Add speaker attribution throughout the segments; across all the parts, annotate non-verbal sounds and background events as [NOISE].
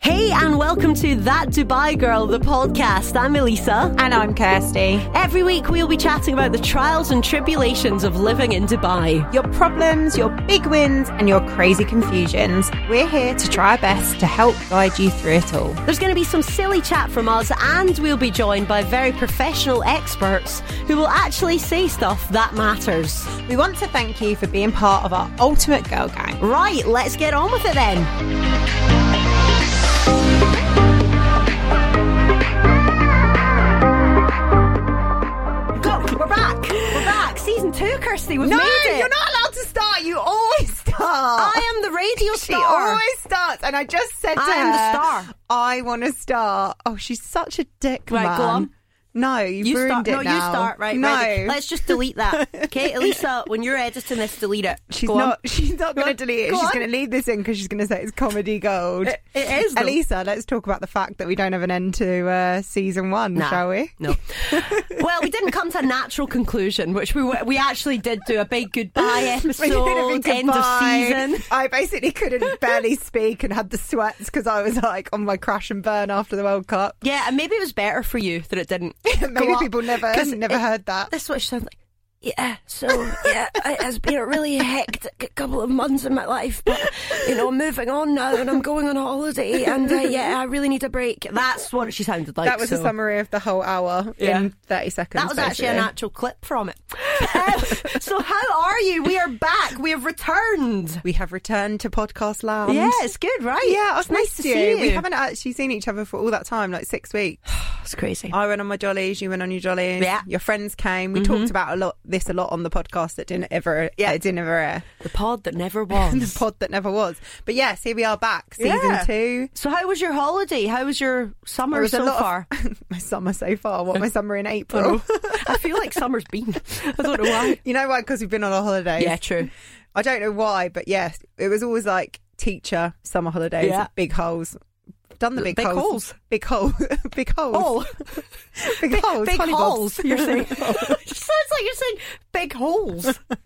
Speaker 1: Hey, and welcome to That Dubai Girl, the podcast. I'm Elisa.
Speaker 2: And I'm Kirsty.
Speaker 1: Every week, we'll be chatting about the trials and tribulations of living in Dubai.
Speaker 2: Your problems, your big wins, and your crazy confusions. We're here to try our best to help guide you through it all.
Speaker 1: There's going to be some silly chat from us, and we'll be joined by very professional experts who will actually say stuff that matters.
Speaker 2: We want to thank you for being part of our ultimate girl gang.
Speaker 1: Right, let's get on with it then. Go, we're back. We're back. Season two, Kirsty, we've made it.
Speaker 2: not allowed to start. You always start.
Speaker 1: I am the radio
Speaker 2: she
Speaker 1: star.
Speaker 2: always starts, and I just said to
Speaker 1: I am the
Speaker 2: her,
Speaker 1: star.
Speaker 2: I want to start. Oh, she's such a dick,
Speaker 1: Right,
Speaker 2: man.
Speaker 1: go on.
Speaker 2: No, you've
Speaker 1: You
Speaker 2: ruined
Speaker 1: start.
Speaker 2: it
Speaker 1: No,
Speaker 2: now.
Speaker 1: you start. Right.
Speaker 2: No,
Speaker 1: ready. Let's just delete that.
Speaker 2: [LAUGHS]
Speaker 1: Okay, Elisa, when you're editing this, delete it.
Speaker 2: She's
Speaker 1: Go on. [LAUGHS]
Speaker 2: not. She's not going
Speaker 1: on.
Speaker 2: to delete it.
Speaker 1: Go
Speaker 2: she's
Speaker 1: on.
Speaker 2: going to leave this in because she's going to say it's comedy gold.
Speaker 1: It- it is, though.
Speaker 2: Elisa, let's talk about the fact that we don't have an end to uh, season one,
Speaker 1: Nah,
Speaker 2: shall we? [LAUGHS]
Speaker 1: No. [LAUGHS] well, we didn't come to a natural conclusion, which we we actually did do a big goodbye
Speaker 2: [LAUGHS] We did a
Speaker 1: episode,
Speaker 2: big
Speaker 1: end of
Speaker 2: goodbye.
Speaker 1: season.
Speaker 2: [LAUGHS] I
Speaker 1: [LAUGHS]
Speaker 2: basically couldn't barely speak and had the sweats because I was like on my crash and burn after the World Cup.
Speaker 1: Yeah, and maybe it was better for you that it didn't.
Speaker 2: [LAUGHS] Maybe people never
Speaker 1: 'Cause
Speaker 2: never
Speaker 1: it-
Speaker 2: heard that.
Speaker 1: That's what she sounds like. Yeah, so yeah, it has been a really hectic couple of months in my life, but you know, I'm moving on now, and I'm going on holiday, and uh, yeah, I really need a break. That's what she sounded like.
Speaker 2: that was a
Speaker 1: so-
Speaker 2: summary of the whole hour
Speaker 1: Yeah.
Speaker 2: in thirty seconds.
Speaker 1: That was actually an
Speaker 2: basically.
Speaker 1: actual clip from it. Um, so, how are you? We are back. We have returned.
Speaker 2: We have returned to podcast land.
Speaker 1: Yeah, it's good, right?
Speaker 2: Um, Yeah,
Speaker 1: it's
Speaker 2: I've
Speaker 1: nice
Speaker 2: missed
Speaker 1: to see you.
Speaker 2: We haven't actually seen each other for all that time, like six weeks.
Speaker 1: It's crazy.
Speaker 2: I went on my jollies, you went on your jollies.
Speaker 1: Yeah. Mm-hmm.
Speaker 2: Your friends came. We talked about a lot this a lot on the podcast that didn't ever
Speaker 1: Yeah.
Speaker 2: yeah. it didn't ever air. [LAUGHS]
Speaker 1: The pod that never
Speaker 2: the
Speaker 1: was.
Speaker 2: pod that never was. But yes, here we are back. Season
Speaker 1: Yeah.
Speaker 2: two.
Speaker 1: so, how was your holiday? How was your summer
Speaker 2: There was a
Speaker 1: so
Speaker 2: lot of- [LAUGHS]
Speaker 1: far?
Speaker 2: my summer so far. What my summer in
Speaker 1: I
Speaker 2: April.
Speaker 1: [LAUGHS] know. I feel like summer's been. I don't know why.
Speaker 2: you know why? Because we've been on a holiday.
Speaker 1: Yeah, true.
Speaker 2: I don't know why, but yes, it was always like teacher summer holidays,
Speaker 1: Yeah.
Speaker 2: big holes. Done the big,
Speaker 1: Big holes.
Speaker 2: holes. Big hole. [LAUGHS] big holes.
Speaker 1: Oh,
Speaker 2: big,
Speaker 1: big,
Speaker 2: holes.
Speaker 1: big
Speaker 2: Hollybobs.
Speaker 1: holes.
Speaker 2: [LAUGHS]
Speaker 1: You're [LAUGHS] saying. it sounds like you're saying big holes. Did,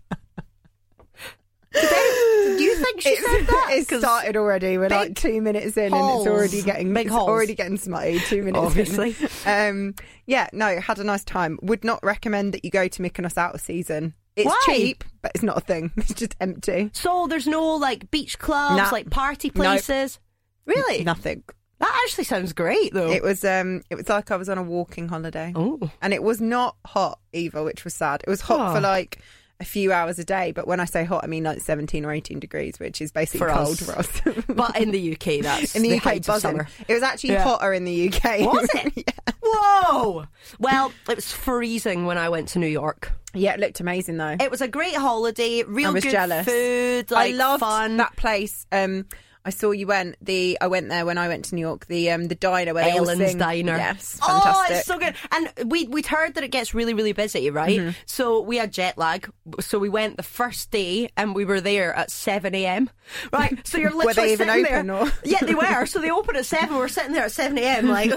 Speaker 1: they- do you think she
Speaker 2: [LAUGHS]
Speaker 1: said that?
Speaker 2: It's
Speaker 1: 'Cause-
Speaker 2: started already. We're like
Speaker 1: big
Speaker 2: two minutes in,
Speaker 1: holes.
Speaker 2: and it's already getting
Speaker 1: Big
Speaker 2: it's
Speaker 1: holes.
Speaker 2: already getting smutty. Two minutes, in.
Speaker 1: Obviously.
Speaker 2: [LAUGHS] Um, yeah, no, had a nice time. Would not recommend that you go to Mykonos out of season. It's
Speaker 1: Why?
Speaker 2: cheap, but it's not a thing. [LAUGHS] It's just empty.
Speaker 1: So there's no like beach clubs,
Speaker 2: Nah.
Speaker 1: like party
Speaker 2: Nope.
Speaker 1: places. Really?
Speaker 2: Nothing.
Speaker 1: That actually sounds great though.
Speaker 2: It was um, it was like I was on a walking holiday,
Speaker 1: oh.
Speaker 2: and it was not hot either, which was sad. It was hot
Speaker 1: Oh.
Speaker 2: for like. A few hours a day, but when I say hot, I mean like 17 or 18 degrees, which is basically
Speaker 1: For
Speaker 2: cold
Speaker 1: us.
Speaker 2: for us. [LAUGHS]
Speaker 1: But in the UK that's
Speaker 2: in the, UK,
Speaker 1: height of
Speaker 2: buzzing.
Speaker 1: summer.
Speaker 2: It was actually
Speaker 1: Yeah.
Speaker 2: hotter in the UK.
Speaker 1: Was it?
Speaker 2: yeah.
Speaker 1: Whoa. Well, it was freezing when I went to New York.
Speaker 2: Yeah, it looked amazing though.
Speaker 1: It was a great holiday, real
Speaker 2: I was
Speaker 1: good
Speaker 2: jealous.
Speaker 1: food, like
Speaker 2: I loved
Speaker 1: fun.
Speaker 2: that place. Um, I saw you went the. I went there when I went to New York. The um the diner where they all
Speaker 1: Ellen's
Speaker 2: sing.
Speaker 1: Diner.
Speaker 2: Yes,
Speaker 1: Oh,
Speaker 2: fantastic.
Speaker 1: it's so good. And we we'd heard that it gets really really busy, right?
Speaker 2: Mm-hmm.
Speaker 1: So we had jet lag. So we went the first day and we were there at seven a.m. Right. So you're literally
Speaker 2: [LAUGHS] Were they even
Speaker 1: sitting
Speaker 2: open,
Speaker 1: there.
Speaker 2: or-
Speaker 1: Yeah, they were. So they opened at seven. We're sitting there at seven
Speaker 2: [LAUGHS]
Speaker 1: a.m. Like,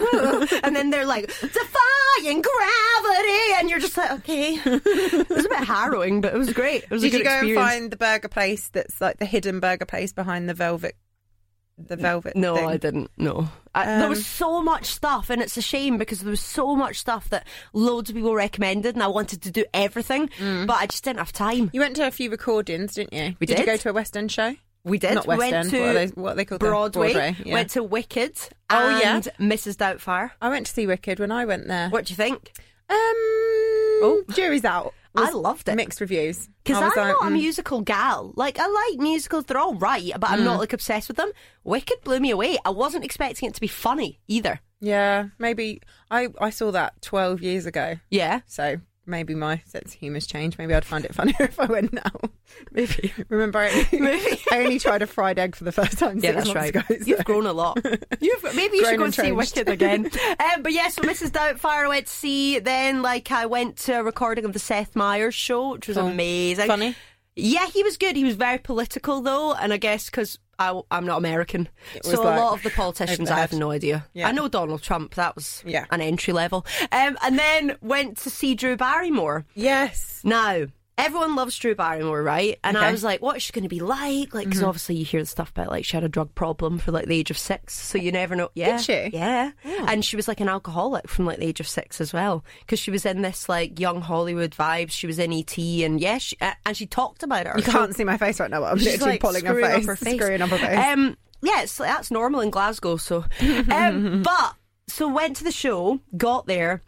Speaker 1: and then they're like defying gravity, and you're just like, okay. [LAUGHS] It was a bit harrowing, but it was great. It was
Speaker 2: Did
Speaker 1: a
Speaker 2: you
Speaker 1: good
Speaker 2: go
Speaker 1: experience.
Speaker 2: and find the burger place that's like the hidden burger place behind the velvet? The velvet.
Speaker 1: No,
Speaker 2: thing?
Speaker 1: I didn't. No. I, there was
Speaker 2: Um,
Speaker 1: so much stuff, and it's a shame because there was so much stuff that loads of people recommended, and I wanted to do everything,
Speaker 2: Mm.
Speaker 1: but I just didn't have time.
Speaker 2: You went to a few recordings, didn't you?
Speaker 1: We
Speaker 2: you
Speaker 1: did.
Speaker 2: go to a West End show?
Speaker 1: We did.
Speaker 2: Not West
Speaker 1: went
Speaker 2: End.
Speaker 1: to
Speaker 2: what, are they, what are they called? them?
Speaker 1: Broadway,
Speaker 2: yeah.
Speaker 1: went to Wicked,
Speaker 2: Oh, yeah.
Speaker 1: and Mrs. Doubtfire.
Speaker 2: I went to see Wicked when I went there.
Speaker 1: What do you think?
Speaker 2: Um, oh, jury's out.
Speaker 1: I
Speaker 2: Was
Speaker 1: loved it.
Speaker 2: Mixed reviews.
Speaker 1: Because
Speaker 2: I
Speaker 1: I'm
Speaker 2: was like,
Speaker 1: not a
Speaker 2: mm.
Speaker 1: musical gal. Like, I like musicals, they're all right, but I'm not
Speaker 2: Mm.
Speaker 1: like obsessed with them. Wicked blew me away. I wasn't expecting it to be funny either.
Speaker 2: Yeah, maybe I I saw that twelve years ago,
Speaker 1: Yeah.
Speaker 2: so maybe my sense of humour's changed. Maybe I'd find it funnier [LAUGHS] if I went now.
Speaker 1: Maybe.
Speaker 2: Remember, [LAUGHS] I only, I only tried a fried egg for the first time.
Speaker 1: Yeah,
Speaker 2: six
Speaker 1: that's right.
Speaker 2: months Ago, so-
Speaker 1: You've grown a
Speaker 2: [LAUGHS]
Speaker 1: lot. You've maybe you should
Speaker 2: Grown
Speaker 1: go and
Speaker 2: and
Speaker 1: see
Speaker 2: changed.
Speaker 1: Wicked again.
Speaker 2: [LAUGHS]
Speaker 1: um, but yeah, so Mrs. Doubtfire I went to see. Then like I went to a recording of the Seth Meyers show, which was
Speaker 2: Cool.
Speaker 1: amazing.
Speaker 2: Oh, Funny.
Speaker 1: Yeah, he was good. He was very political though, and I guess because. I'm not American,
Speaker 2: was
Speaker 1: so
Speaker 2: like
Speaker 1: a lot of the politicians
Speaker 2: over
Speaker 1: I
Speaker 2: the
Speaker 1: have
Speaker 2: head.
Speaker 1: no idea.
Speaker 2: Yeah.
Speaker 1: I know Donald Trump; that was
Speaker 2: Yeah.
Speaker 1: an entry level, um, and then went to see Drew Barrymore.
Speaker 2: Yes,
Speaker 1: Now, everyone loves Drew Barrymore, right? And
Speaker 2: Okay. Mm-hmm.
Speaker 1: I was like, what's she going to be like? Like, because obviously you hear the stuff about like she had a drug problem for like the age of six, so you never know. Yeah,
Speaker 2: she? Oh.
Speaker 1: Yeah, and she was like an alcoholic from like the age of six as well, because she was in this like young Hollywood vibes. She was in ET, and yeah, she, uh, and she talked about it.
Speaker 2: You can't see my face right now, but I'm literally pulling her
Speaker 1: screwing
Speaker 2: face, Uh,
Speaker 1: up her face.
Speaker 2: screwing up her face.
Speaker 1: Um, yeah, it's, that's normal in Glasgow. So,
Speaker 2: [LAUGHS]
Speaker 1: um, but so went to the show, got there,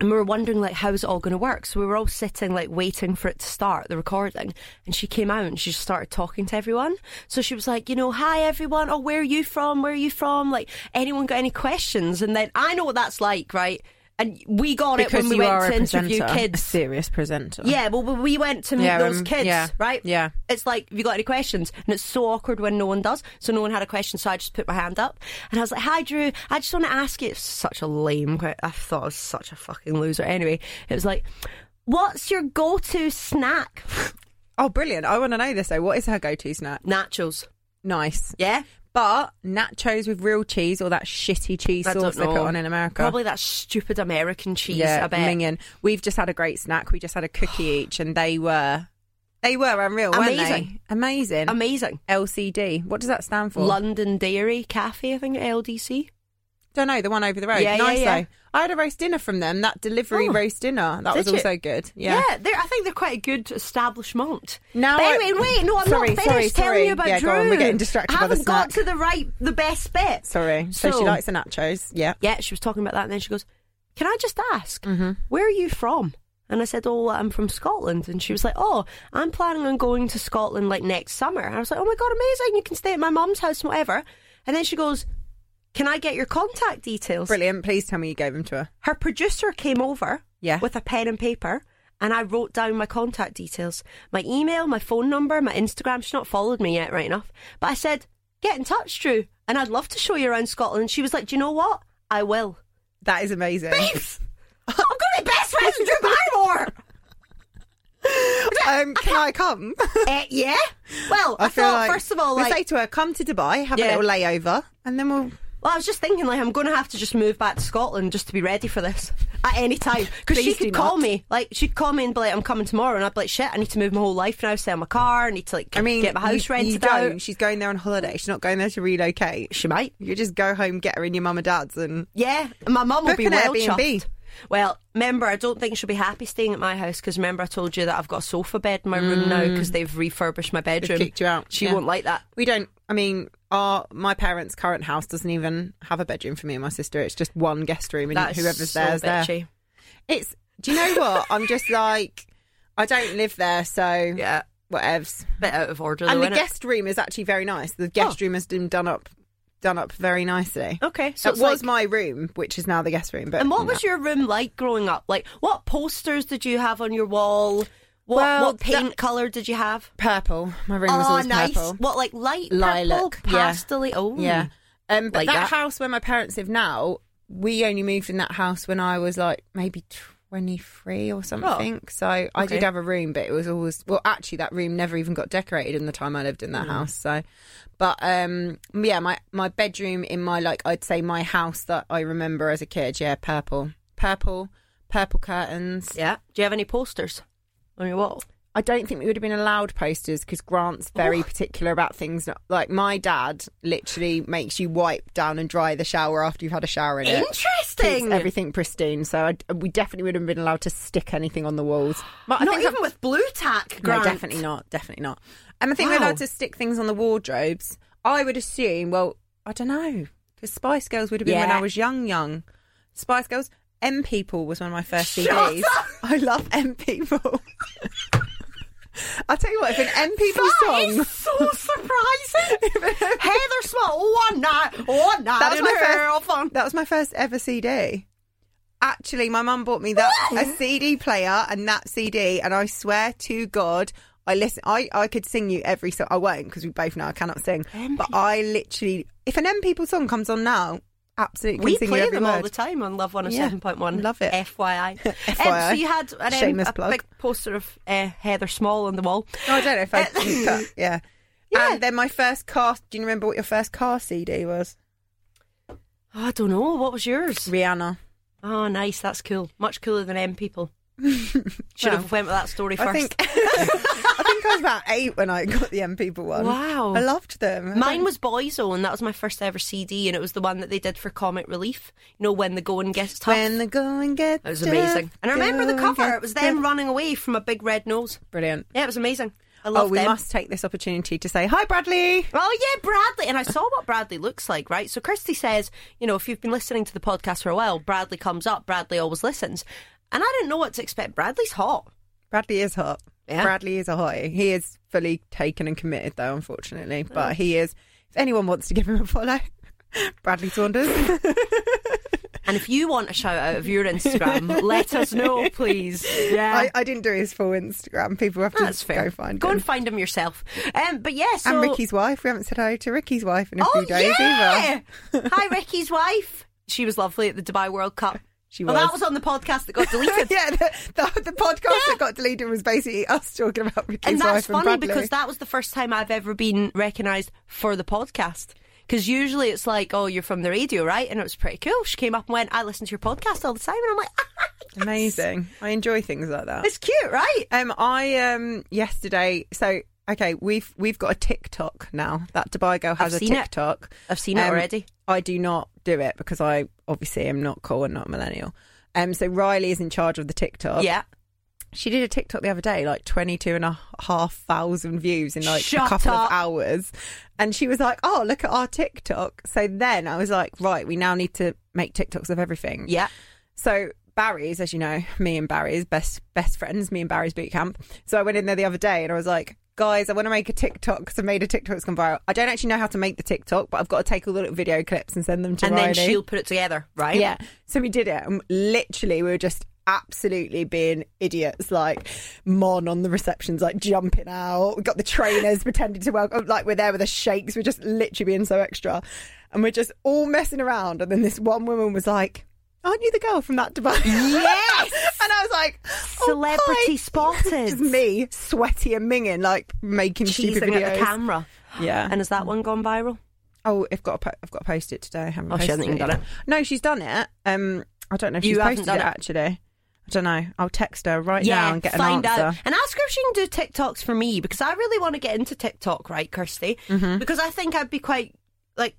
Speaker 1: and we were wondering like how's it all going to work. So we were all sitting like waiting for it to start the recording, and she came out and she just started talking to everyone. So she was like, you know, hi everyone, oh where are you from? Where are you from? Like anyone got any questions? And then I know what that's like, right? And we got it
Speaker 2: because
Speaker 1: when we
Speaker 2: you
Speaker 1: went
Speaker 2: are
Speaker 1: to
Speaker 2: a
Speaker 1: interview
Speaker 2: presenter, a
Speaker 1: kids.
Speaker 2: serious presenter.
Speaker 1: Yeah, well, we- we went to meet
Speaker 2: Yeah,
Speaker 1: those
Speaker 2: um,
Speaker 1: kids,
Speaker 2: yeah,
Speaker 1: right?
Speaker 2: yeah.
Speaker 1: It's like, have you got any questions? And it's so awkward when no one does. So no one had a question, so I just put my hand up. And I was like, hi, Drew, I just want to ask you. It's such a lame que- I thought I was such a fucking loser. Anyway, it was like, what's your go to snack? [LAUGHS]
Speaker 2: Oh, brilliant! I want to know this though. What is her go-to snack?
Speaker 1: Nachos.
Speaker 2: Nice,
Speaker 1: Yeah?
Speaker 2: but nachos with real cheese or that shitty cheese
Speaker 1: I
Speaker 2: sauce
Speaker 1: don't
Speaker 2: they
Speaker 1: know.
Speaker 2: put on in America.
Speaker 1: Probably that stupid American cheese,
Speaker 2: yeah,
Speaker 1: I bet.
Speaker 2: minging. We've just had a great snack. We just had
Speaker 1: [GASPS]
Speaker 2: a cookie each, and they were they were unreal, weren't
Speaker 1: Amazing.
Speaker 2: they? Amazing,
Speaker 1: Amazing.
Speaker 2: LCD. What does that stand for?
Speaker 1: London Dairy Cafe, I think, LDC.
Speaker 2: Don't know. The one over the road.
Speaker 1: Yeah, yeah,
Speaker 2: nice
Speaker 1: yeah.
Speaker 2: though. I had a roast dinner from them. That delivery
Speaker 1: Oh.
Speaker 2: roast dinner. That
Speaker 1: Did
Speaker 2: was
Speaker 1: you?
Speaker 2: also good.
Speaker 1: Yeah, they're, I think they're quite a good establishment.
Speaker 2: Now
Speaker 1: But
Speaker 2: I-
Speaker 1: anyway, wait, no, I'm
Speaker 2: Sorry,
Speaker 1: not finished telling
Speaker 2: sorry, sorry.
Speaker 1: you about
Speaker 2: Yeah,
Speaker 1: Drew.
Speaker 2: go on, we're getting distracted
Speaker 1: I
Speaker 2: by the
Speaker 1: haven't got
Speaker 2: snack.
Speaker 1: to the right, the best bit.
Speaker 2: Sorry. So, she likes the nachos. Yeah.
Speaker 1: Yeah, she was talking about that, and then she goes, "Can I just ask,
Speaker 2: Mm-hmm.
Speaker 1: where are you from?" And I said, "Oh, I'm from Scotland." And she was like, "Oh, I'm planning on going to Scotland like next summer." And I was like, "Oh my god, amazing! You can stay at my mum's house, and whatever." And then she goes, "Can I get your contact details?"
Speaker 2: Brilliant. Please tell me you gave them to her.
Speaker 1: her producer came over
Speaker 2: Yeah.
Speaker 1: with a pen and paper and I wrote down my contact details my email, my phone number, my Instagram. She's not followed me yet, right enough. But I said, get in touch, Drew, and I'd love to show you around Scotland. And she was like, do you know what? I will.
Speaker 2: That is amazing.
Speaker 1: Babes! I'm going to be best friends with Drew
Speaker 2: [LAUGHS]
Speaker 1: Barrymore!
Speaker 2: um, can I [LAUGHS] come?
Speaker 1: Eh, yeah? Well, I, thought, first of all,
Speaker 2: we
Speaker 1: like,
Speaker 2: say to her, come to Dubai, have
Speaker 1: Yeah.
Speaker 2: a little layover, and then we'll.
Speaker 1: well, I was just thinking, like, I'm going to have to just move back to Scotland just to be ready for this at any time. Because she
Speaker 2: Please do
Speaker 1: could call
Speaker 2: not.
Speaker 1: me. Like, she'd call me and be like, I'm coming tomorrow. And I'd be like, shit, I need to move my whole life now, sell my car, I need to, like,
Speaker 2: I mean,
Speaker 1: get my
Speaker 2: you-
Speaker 1: house rented
Speaker 2: you don't.
Speaker 1: out.
Speaker 2: She's going there on holiday. She's not going there to relocate.
Speaker 1: She might.
Speaker 2: You just go home, get her in your mum and dad's, and
Speaker 1: Yeah, my mum will
Speaker 2: Book
Speaker 1: be
Speaker 2: an
Speaker 1: well
Speaker 2: Airbnb.
Speaker 1: chuffed. Well, remember, I don't think she'll be happy staying at my house because remember, I told you that I've got a sofa bed in my room now because they've refurbished my bedroom.
Speaker 2: Mm. kicked you out,
Speaker 1: She
Speaker 2: yeah.
Speaker 1: won't like that.
Speaker 2: we don't. I mean, our my parents' current house doesn't even have a bedroom for me and my sister. It's just one guest room, and
Speaker 1: That's
Speaker 2: whoever's
Speaker 1: so
Speaker 2: there is there.
Speaker 1: bitchy.
Speaker 2: It's. Do you know what? I'm just like, I don't live there, so
Speaker 1: Yeah,
Speaker 2: whatevs.
Speaker 1: bit out of order.
Speaker 2: And
Speaker 1: though,
Speaker 2: the
Speaker 1: innit?
Speaker 2: guest room is actually very nice. The
Speaker 1: Oh.
Speaker 2: guest room has been done up, done up very nicely.
Speaker 1: Okay, so
Speaker 2: it
Speaker 1: it's like-
Speaker 2: was my room, which is now the guest room. But
Speaker 1: And what was your room like growing up? Like, what posters did you have on your wall? What,
Speaker 2: Well,
Speaker 1: what paint
Speaker 2: that-
Speaker 1: color did you have?
Speaker 2: purple? My room was
Speaker 1: Oh,
Speaker 2: always
Speaker 1: nice.
Speaker 2: purple.
Speaker 1: What, like light
Speaker 2: Lilac,
Speaker 1: purple,
Speaker 2: yeah.
Speaker 1: pastel? Oh,
Speaker 2: Yeah. Um,
Speaker 1: Like
Speaker 2: but that,
Speaker 1: that.
Speaker 2: house where my parents live now, we only moved in that house when I was like maybe 23 or something. So I
Speaker 1: Oh. Okay.
Speaker 2: did have a room, but it was always, well, actually, that room never even got decorated in the time I lived in
Speaker 1: Hmm.
Speaker 2: that house. So, but um, yeah, my, my bedroom in my, like, I'd say my house that I remember as a kid, yeah, purple. Purple, purple curtains.
Speaker 1: yeah. Do you have any posters on your wall?
Speaker 2: I don't think we would have been allowed posters because Grant's very particular about things. not- Like my dad literally makes you wipe down and dry the shower after you've had a shower in it. Keeps
Speaker 1: Interesting.
Speaker 2: everything pristine. So I, we definitely would not have been allowed to stick anything on the walls. But I
Speaker 1: Not
Speaker 2: think
Speaker 1: even with blue tack,
Speaker 2: no,
Speaker 1: Grant.
Speaker 2: definitely not. Definitely not. And I think we're
Speaker 1: Wow.
Speaker 2: allowed to stick things on the wardrobes. I would assume. Well, I don't know because Spice Girls would have been when
Speaker 1: Yeah.
Speaker 2: I was young. Young Spice Girls. M People was one of my first
Speaker 1: Shut
Speaker 2: CDs.
Speaker 1: up!
Speaker 2: I love M People. [LAUGHS] I'll tell you what, if an M People
Speaker 1: That
Speaker 2: song.
Speaker 1: is so
Speaker 2: [LAUGHS]
Speaker 1: surprising. Heather Small, one night, one night.
Speaker 2: That was
Speaker 1: in
Speaker 2: my
Speaker 1: her
Speaker 2: first.
Speaker 1: fun.
Speaker 2: That was my first ever CD. Actually, my mum bought me that a
Speaker 1: Mm-hmm.
Speaker 2: CD player and that CD, and I swear to God, I listen. I, I could sing you every song. I won't because we both know I cannot sing. But I literally, if an M People song comes on now, absolutely, can
Speaker 1: We
Speaker 2: sing
Speaker 1: play
Speaker 2: you every
Speaker 1: them
Speaker 2: word.
Speaker 1: all the time on Love
Speaker 2: Yeah,
Speaker 1: 107.1.
Speaker 2: love it. [LAUGHS]
Speaker 1: FYI.
Speaker 2: FYI.
Speaker 1: Um, so you had an, um,
Speaker 2: Shameless
Speaker 1: a
Speaker 2: plug.
Speaker 1: big poster of uh, Heather Small on the wall.
Speaker 2: No, I don't know if I
Speaker 1: Uh, [LAUGHS]
Speaker 2: cut. Yeah.
Speaker 1: Yeah.
Speaker 2: And then my first car. Do you remember what your first car CD was?
Speaker 1: Oh, I don't know. What was yours? Ah,
Speaker 2: Rihanna. [LAUGHS]
Speaker 1: Oh, nice. That's cool. Much cooler than M People. Should
Speaker 2: Well,
Speaker 1: have went with that story first.
Speaker 2: I think [LAUGHS] I think I was about eight when I got the M People one.
Speaker 1: Wow.
Speaker 2: I loved them. I
Speaker 1: Mine
Speaker 2: don't-
Speaker 1: was Boyzone. That was my first ever CD, and it was the one that they did for Comic Relief. You know, when the going gets tough.
Speaker 2: when the going gets
Speaker 1: That was amazing.
Speaker 2: tough,
Speaker 1: And I remember the
Speaker 2: going
Speaker 1: cover.
Speaker 2: gets
Speaker 1: It was them
Speaker 2: tough.
Speaker 1: running away from a big red nose.
Speaker 2: Brilliant.
Speaker 1: Yeah, it was amazing. I
Speaker 2: Oh,
Speaker 1: love
Speaker 2: we
Speaker 1: them.
Speaker 2: must take this opportunity to say hi, Bradley.
Speaker 1: Oh yeah, Bradley. And I saw what Bradley looks like, right? So Christy says, you know, if you've been listening to the podcast for a while, Bradley comes up. Bradley always listens, and I didn't know what to expect. Bradley's hot.
Speaker 2: Bradley is hot.
Speaker 1: Yeah.
Speaker 2: Bradley is a hottie. He is fully taken and committed, though, unfortunately.
Speaker 1: Oh.
Speaker 2: But he is. If anyone wants to give him a follow, [LAUGHS] Bradley Saunders.
Speaker 1: [LAUGHS] And if you want a shout out of your
Speaker 2: [LAUGHS]
Speaker 1: Instagram, let us know, please. Yeah.
Speaker 2: I, I didn't do his full Instagram. People have to
Speaker 1: that's fair.
Speaker 2: go find
Speaker 1: Go
Speaker 2: him.
Speaker 1: and find him yourself. Um, but yeah, so
Speaker 2: and Ricky's wife. We haven't said hello to Ricky's wife in a
Speaker 1: Oh
Speaker 2: few days
Speaker 1: yeah!
Speaker 2: either.
Speaker 1: Hi, Ricky's wife. She was lovely at the Dubai World Cup.
Speaker 2: She
Speaker 1: Well, that was
Speaker 2: was.
Speaker 1: on the podcast that got deleted.
Speaker 2: [LAUGHS] yeah, the, the, the podcast that got deleted was basically us talking about Ricky's
Speaker 1: and that's
Speaker 2: wife
Speaker 1: funny
Speaker 2: and Bradley.
Speaker 1: because that was the first time I've ever been recognised for the podcast. Because usually it's like, oh, you're from the radio, right? And it was pretty cool. She came up and went, I listen to your podcast all the time. And I'm like, [LAUGHS] ah,
Speaker 2: Amazing. I enjoy things like that.
Speaker 1: it's cute, right?
Speaker 2: Um, I um yesterday. So okay, we've we've got a TikTok now. That Dubai girl has
Speaker 1: I've
Speaker 2: a
Speaker 1: seen it.
Speaker 2: TikTok.
Speaker 1: I've seen it
Speaker 2: Um,
Speaker 1: already.
Speaker 2: I do not do it because I obviously am not cool and not a millennial. Um, so Riley is in charge of the TikTok.
Speaker 1: Yeah.
Speaker 2: She did a TikTok the other day, like 22 and a half thousand views in like
Speaker 1: Shut
Speaker 2: a couple
Speaker 1: up.
Speaker 2: of hours. And she was like, oh, look at our TikTok. So then I was like, right, we now need to make TikToks of everything.
Speaker 1: Yeah.
Speaker 2: So Barry's, as you know, me and Barry's best best friends, me and Barry's boot camp. So I went in there the other day and I was like, guys, I want to make a TikTok because I made a TikTok that's gone viral. I don't actually know how to make the TikTok, but I've got to take all the little video clips and send them to
Speaker 1: And
Speaker 2: Riley.
Speaker 1: then she'll put it together, right?
Speaker 2: Yeah. So we did it, and literally, we were just absolutely being idiots. Like Mon on the receptions, like jumping out. We got the trainers [LAUGHS] pretending to welcome, like we're there with the shakes. We're just literally being so extra, and we're just all messing around. And then this one woman was like. Aren't you the girl from that Dubai?
Speaker 1: Yes!
Speaker 2: [LAUGHS] and I was like, oh,
Speaker 1: Celebrity
Speaker 2: hi. [LAUGHS]
Speaker 1: spotted.
Speaker 2: It's me, sweaty and minging, like making stupid
Speaker 1: Cheesing
Speaker 2: videos.
Speaker 1: at the camera.
Speaker 2: Yeah.
Speaker 1: And has that one gone viral?
Speaker 2: Oh, I've got to po- I've got to post it today. I haven't.
Speaker 1: Oh, she
Speaker 2: posted
Speaker 1: hasn't even
Speaker 2: it
Speaker 1: done
Speaker 2: yet. No, she's done it. Um, I don't know if
Speaker 1: You
Speaker 2: she's
Speaker 1: haven't
Speaker 2: posted
Speaker 1: done
Speaker 2: it,
Speaker 1: it.
Speaker 2: actually. I don't know. I'll text her right now and get an
Speaker 1: find
Speaker 2: answer.
Speaker 1: out and ask her if she can do TikToks for me because I really want to get into TikTok, right, Kirsty?
Speaker 2: Mm-hmm.
Speaker 1: Because I think I'd be quite like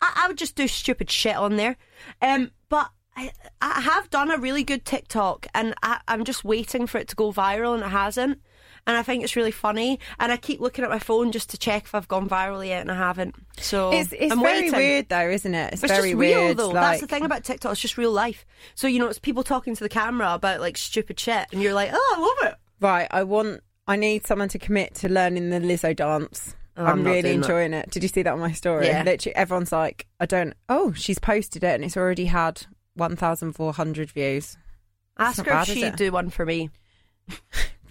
Speaker 1: I, I would just do stupid shit on there. Um, but I, I have done a really good TikTok, and I, I'm just waiting for it to go viral, and it hasn't. And I think it's really funny, and I keep looking at my phone just to check if I've gone viral yet, and I haven't. So
Speaker 2: It's it's
Speaker 1: I'm
Speaker 2: very
Speaker 1: waiting.
Speaker 2: weird though, isn't it? It's,
Speaker 1: But it's
Speaker 2: very
Speaker 1: just real
Speaker 2: weird.
Speaker 1: though.
Speaker 2: Like,
Speaker 1: That's the thing about TikTok. It's just real life. So you know, it's people talking to the camera about like stupid shit, and you're like, oh, I love it.
Speaker 2: Right, I want. I need someone to commit to learning the Lizzo dance.
Speaker 1: Oh, I'm
Speaker 2: I'm,
Speaker 1: not
Speaker 2: really
Speaker 1: doing that.
Speaker 2: enjoying it. Did you see that on my story?
Speaker 1: Yeah.
Speaker 2: Literally, everyone's like, I don't. Oh, she's posted it and it's already had 1,400 views. It's
Speaker 1: Ask
Speaker 2: not
Speaker 1: her if
Speaker 2: bad, is
Speaker 1: she'd
Speaker 2: it?
Speaker 1: do one for me.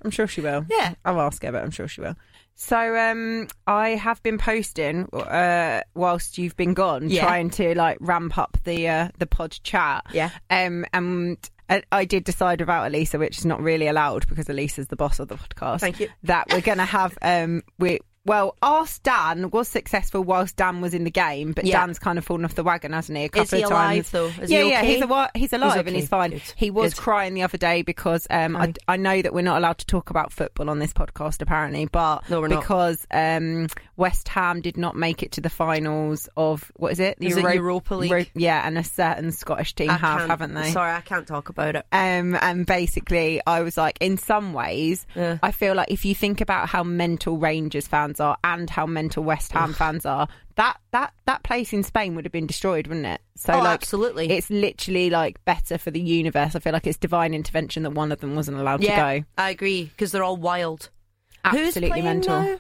Speaker 2: I'm sure she will.
Speaker 1: Yeah.
Speaker 2: I'll ask her, but I'm sure she will. So um, I have been posting uh, whilst you've been gone,
Speaker 1: Yeah.
Speaker 2: trying to like ramp up the uh, the pod chat.
Speaker 1: Yeah.
Speaker 2: Um, and I, I did decide without Elisa, which is not really allowed because Elisa's the boss of the podcast.
Speaker 1: Thank you.
Speaker 2: That we're gonna have um we. Well, our Stan was successful whilst Dan was in the game, but
Speaker 1: Yeah.
Speaker 2: Dan's kind of fallen off the wagon, hasn't he? A couple
Speaker 1: Is he
Speaker 2: of
Speaker 1: alive
Speaker 2: times.
Speaker 1: though? Is
Speaker 2: yeah,
Speaker 1: he
Speaker 2: yeah,
Speaker 1: okay?
Speaker 2: he's, alive. he's alive
Speaker 1: okay.
Speaker 2: and he's fine.
Speaker 1: Good.
Speaker 2: He was
Speaker 1: Good.
Speaker 2: crying the other day because um, I, I know that we're not allowed to talk about football on this podcast, apparently, but
Speaker 1: No, we're not.
Speaker 2: because um, West Ham did not make it to the finals of what is it? The
Speaker 1: Is it
Speaker 2: Euro-
Speaker 1: Europa League?
Speaker 2: Euro- yeah, and a certain Scottish team
Speaker 1: I
Speaker 2: have,
Speaker 1: can't-
Speaker 2: haven't they?
Speaker 1: Sorry, I can't talk about it.
Speaker 2: Um, and basically, I was like, in some ways,
Speaker 1: Yeah.
Speaker 2: I feel like if you think about how mental Rangers fans are and how mental West Ham fans are, that that that place in Spain would have been destroyed, wouldn't it? So,
Speaker 1: Oh,
Speaker 2: like,
Speaker 1: absolutely.
Speaker 2: it's literally like better for the universe. I feel like it's divine intervention that one of them wasn't allowed
Speaker 1: yeah,
Speaker 2: to go.
Speaker 1: I agree because they're all wild. Who's
Speaker 2: Absolutely
Speaker 1: playing
Speaker 2: mental.
Speaker 1: now?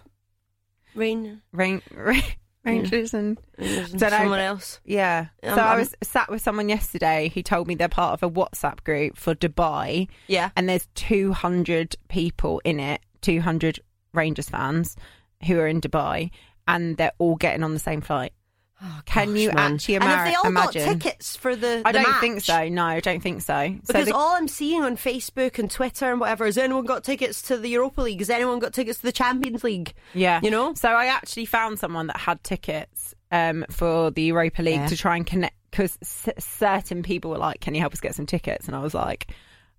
Speaker 1: Rain.
Speaker 2: Ran- ra- [LAUGHS] Rangers and
Speaker 1: and
Speaker 2: Dunno.
Speaker 1: Someone else.
Speaker 2: yeah.
Speaker 1: Um,
Speaker 2: so I
Speaker 1: um,
Speaker 2: was sat with someone yesterday who told me they're part of a WhatsApp group for Dubai.
Speaker 1: Yeah.
Speaker 2: and there's 200 people in it 200 rangers fans who are in dubai and they're all getting on the same flight can you
Speaker 1: man.
Speaker 2: actually
Speaker 1: and have
Speaker 2: ima-
Speaker 1: they all
Speaker 2: imagine
Speaker 1: got tickets for the?
Speaker 2: i
Speaker 1: the
Speaker 2: don't
Speaker 1: match?
Speaker 2: think so no i don't think so
Speaker 1: Because
Speaker 2: so the-
Speaker 1: all I'm seeing on Facebook and Twitter and whatever is anyone got tickets to the Europa League? Has anyone got tickets to the Champions League?
Speaker 2: yeah
Speaker 1: you know?
Speaker 2: so i actually found someone that had tickets um, for the europa league
Speaker 1: Yeah.
Speaker 2: to try and connect because certain people were like can you help us get some tickets and i was like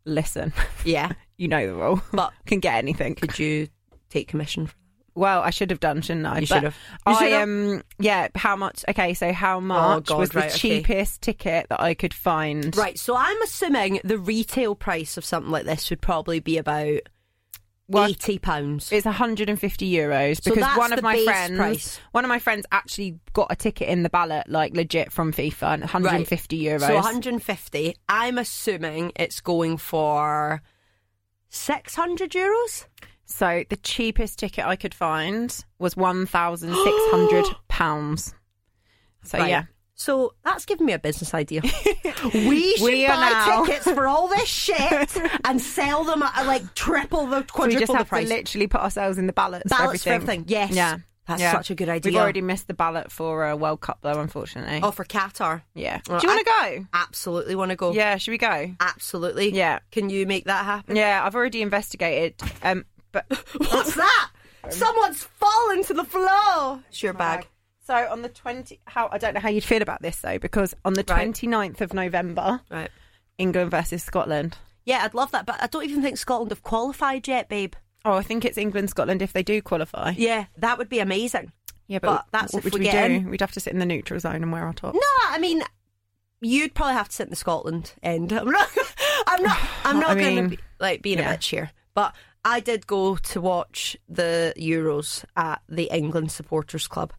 Speaker 2: listen, [LAUGHS]
Speaker 1: Yeah.
Speaker 2: you know the rule. [LAUGHS]
Speaker 1: But
Speaker 2: Can get anything.
Speaker 1: could you take commission for
Speaker 2: Well, I should have done, shouldn't I?
Speaker 1: You
Speaker 2: But
Speaker 1: should have. You should
Speaker 2: I
Speaker 1: have. Oh,
Speaker 2: um yeah. How much? Okay, so how much
Speaker 1: God,
Speaker 2: was the
Speaker 1: right, okay.
Speaker 2: cheapest ticket that I could find?
Speaker 1: Right, so I'm assuming the retail price of something like this would probably be about
Speaker 2: Well,
Speaker 1: eighty pounds.
Speaker 2: It's 150 euros
Speaker 1: So
Speaker 2: because
Speaker 1: that's
Speaker 2: one of
Speaker 1: the
Speaker 2: my
Speaker 1: base
Speaker 2: friends,
Speaker 1: price.
Speaker 2: one of my friends actually got a ticket in the ballot, like legit from FIFA, and 150 euros.
Speaker 1: So 150. I'm assuming it's going for 600 euros.
Speaker 2: So the cheapest ticket I could find was [GASPS] 1,600 pounds. So
Speaker 1: Right.
Speaker 2: yeah,
Speaker 1: So that's given me a business [LAUGHS] idea. we should
Speaker 2: We are
Speaker 1: buy
Speaker 2: now-
Speaker 1: tickets for all this [LAUGHS] shit and sell them at uh, like triple the
Speaker 2: So we
Speaker 1: quadruple
Speaker 2: just
Speaker 1: the
Speaker 2: have to
Speaker 1: price.
Speaker 2: literally put ourselves in the ballots.
Speaker 1: Ballots for everything. Yes.
Speaker 2: Yeah,
Speaker 1: That's
Speaker 2: yeah.
Speaker 1: such a good idea.
Speaker 2: We've already missed the ballot for uh, World Cup though, unfortunately.
Speaker 1: Oh, for Qatar.
Speaker 2: Yeah. Do
Speaker 1: Well,
Speaker 2: you want to
Speaker 1: Absolutely want to go.
Speaker 2: go? Yeah. Should we go?
Speaker 1: Absolutely.
Speaker 2: Yeah.
Speaker 1: Can you make that happen?
Speaker 2: Yeah. I've already investigated. Um, [LAUGHS] but
Speaker 1: [LAUGHS] What's that? Someone's fallen to the floor. It's your bag.
Speaker 2: So on the twenty, how I don't know how you'd feel about this though, because on the
Speaker 1: Right.
Speaker 2: 29th of November,
Speaker 1: Right.
Speaker 2: England versus Scotland.
Speaker 1: Yeah, I'd love that, but I don't even think Scotland have qualified yet, babe.
Speaker 2: Oh, I think it's England Scotland if they do qualify.
Speaker 1: Yeah, that would be amazing.
Speaker 2: Yeah,
Speaker 1: but that's
Speaker 2: what
Speaker 1: if
Speaker 2: would
Speaker 1: we
Speaker 2: we,
Speaker 1: get
Speaker 2: do?
Speaker 1: in.
Speaker 2: We'd have to sit in the neutral zone and wear our top.
Speaker 1: No, I mean, you'd probably have to sit in the Scotland end. I'm not, [LAUGHS] I'm not, I'm not
Speaker 2: [SIGHS] I
Speaker 1: going
Speaker 2: mean,
Speaker 1: to be like being
Speaker 2: yeah.
Speaker 1: a bitch here, but I did go to watch the Euros at the England Supporters Club,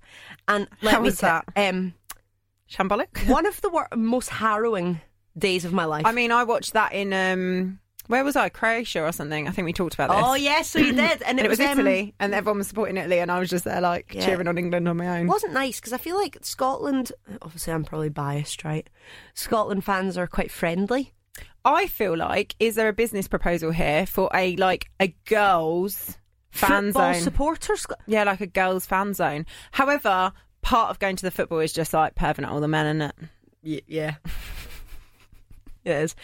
Speaker 1: and let
Speaker 2: How
Speaker 1: me
Speaker 2: was
Speaker 1: tell- Um,
Speaker 2: [LAUGHS] Shambolic.
Speaker 1: one of the wor- most harrowing days of my life.
Speaker 2: I mean, I watched that in um, where was I? Croatia or something? I think we talked about this.
Speaker 1: oh yes, so you
Speaker 2: [CLEARS THROAT]
Speaker 1: did, and
Speaker 2: and
Speaker 1: it,
Speaker 2: it was
Speaker 1: um,
Speaker 2: Italy, and everyone was supporting Italy, and I was just there like
Speaker 1: Yeah.
Speaker 2: cheering on England on my own.
Speaker 1: It wasn't nice because I feel like Scotland. Obviously, I'm probably biased, right? Scotland fans are quite friendly.
Speaker 2: I feel like is there a business proposal here for a like a girls fan
Speaker 1: Football
Speaker 2: zone?
Speaker 1: supporters.
Speaker 2: Yeah, like a girls' fan zone. However, part of going to the football is just like perving at all the men, is it?
Speaker 1: Yeah. [LAUGHS] it [LAUGHS] is.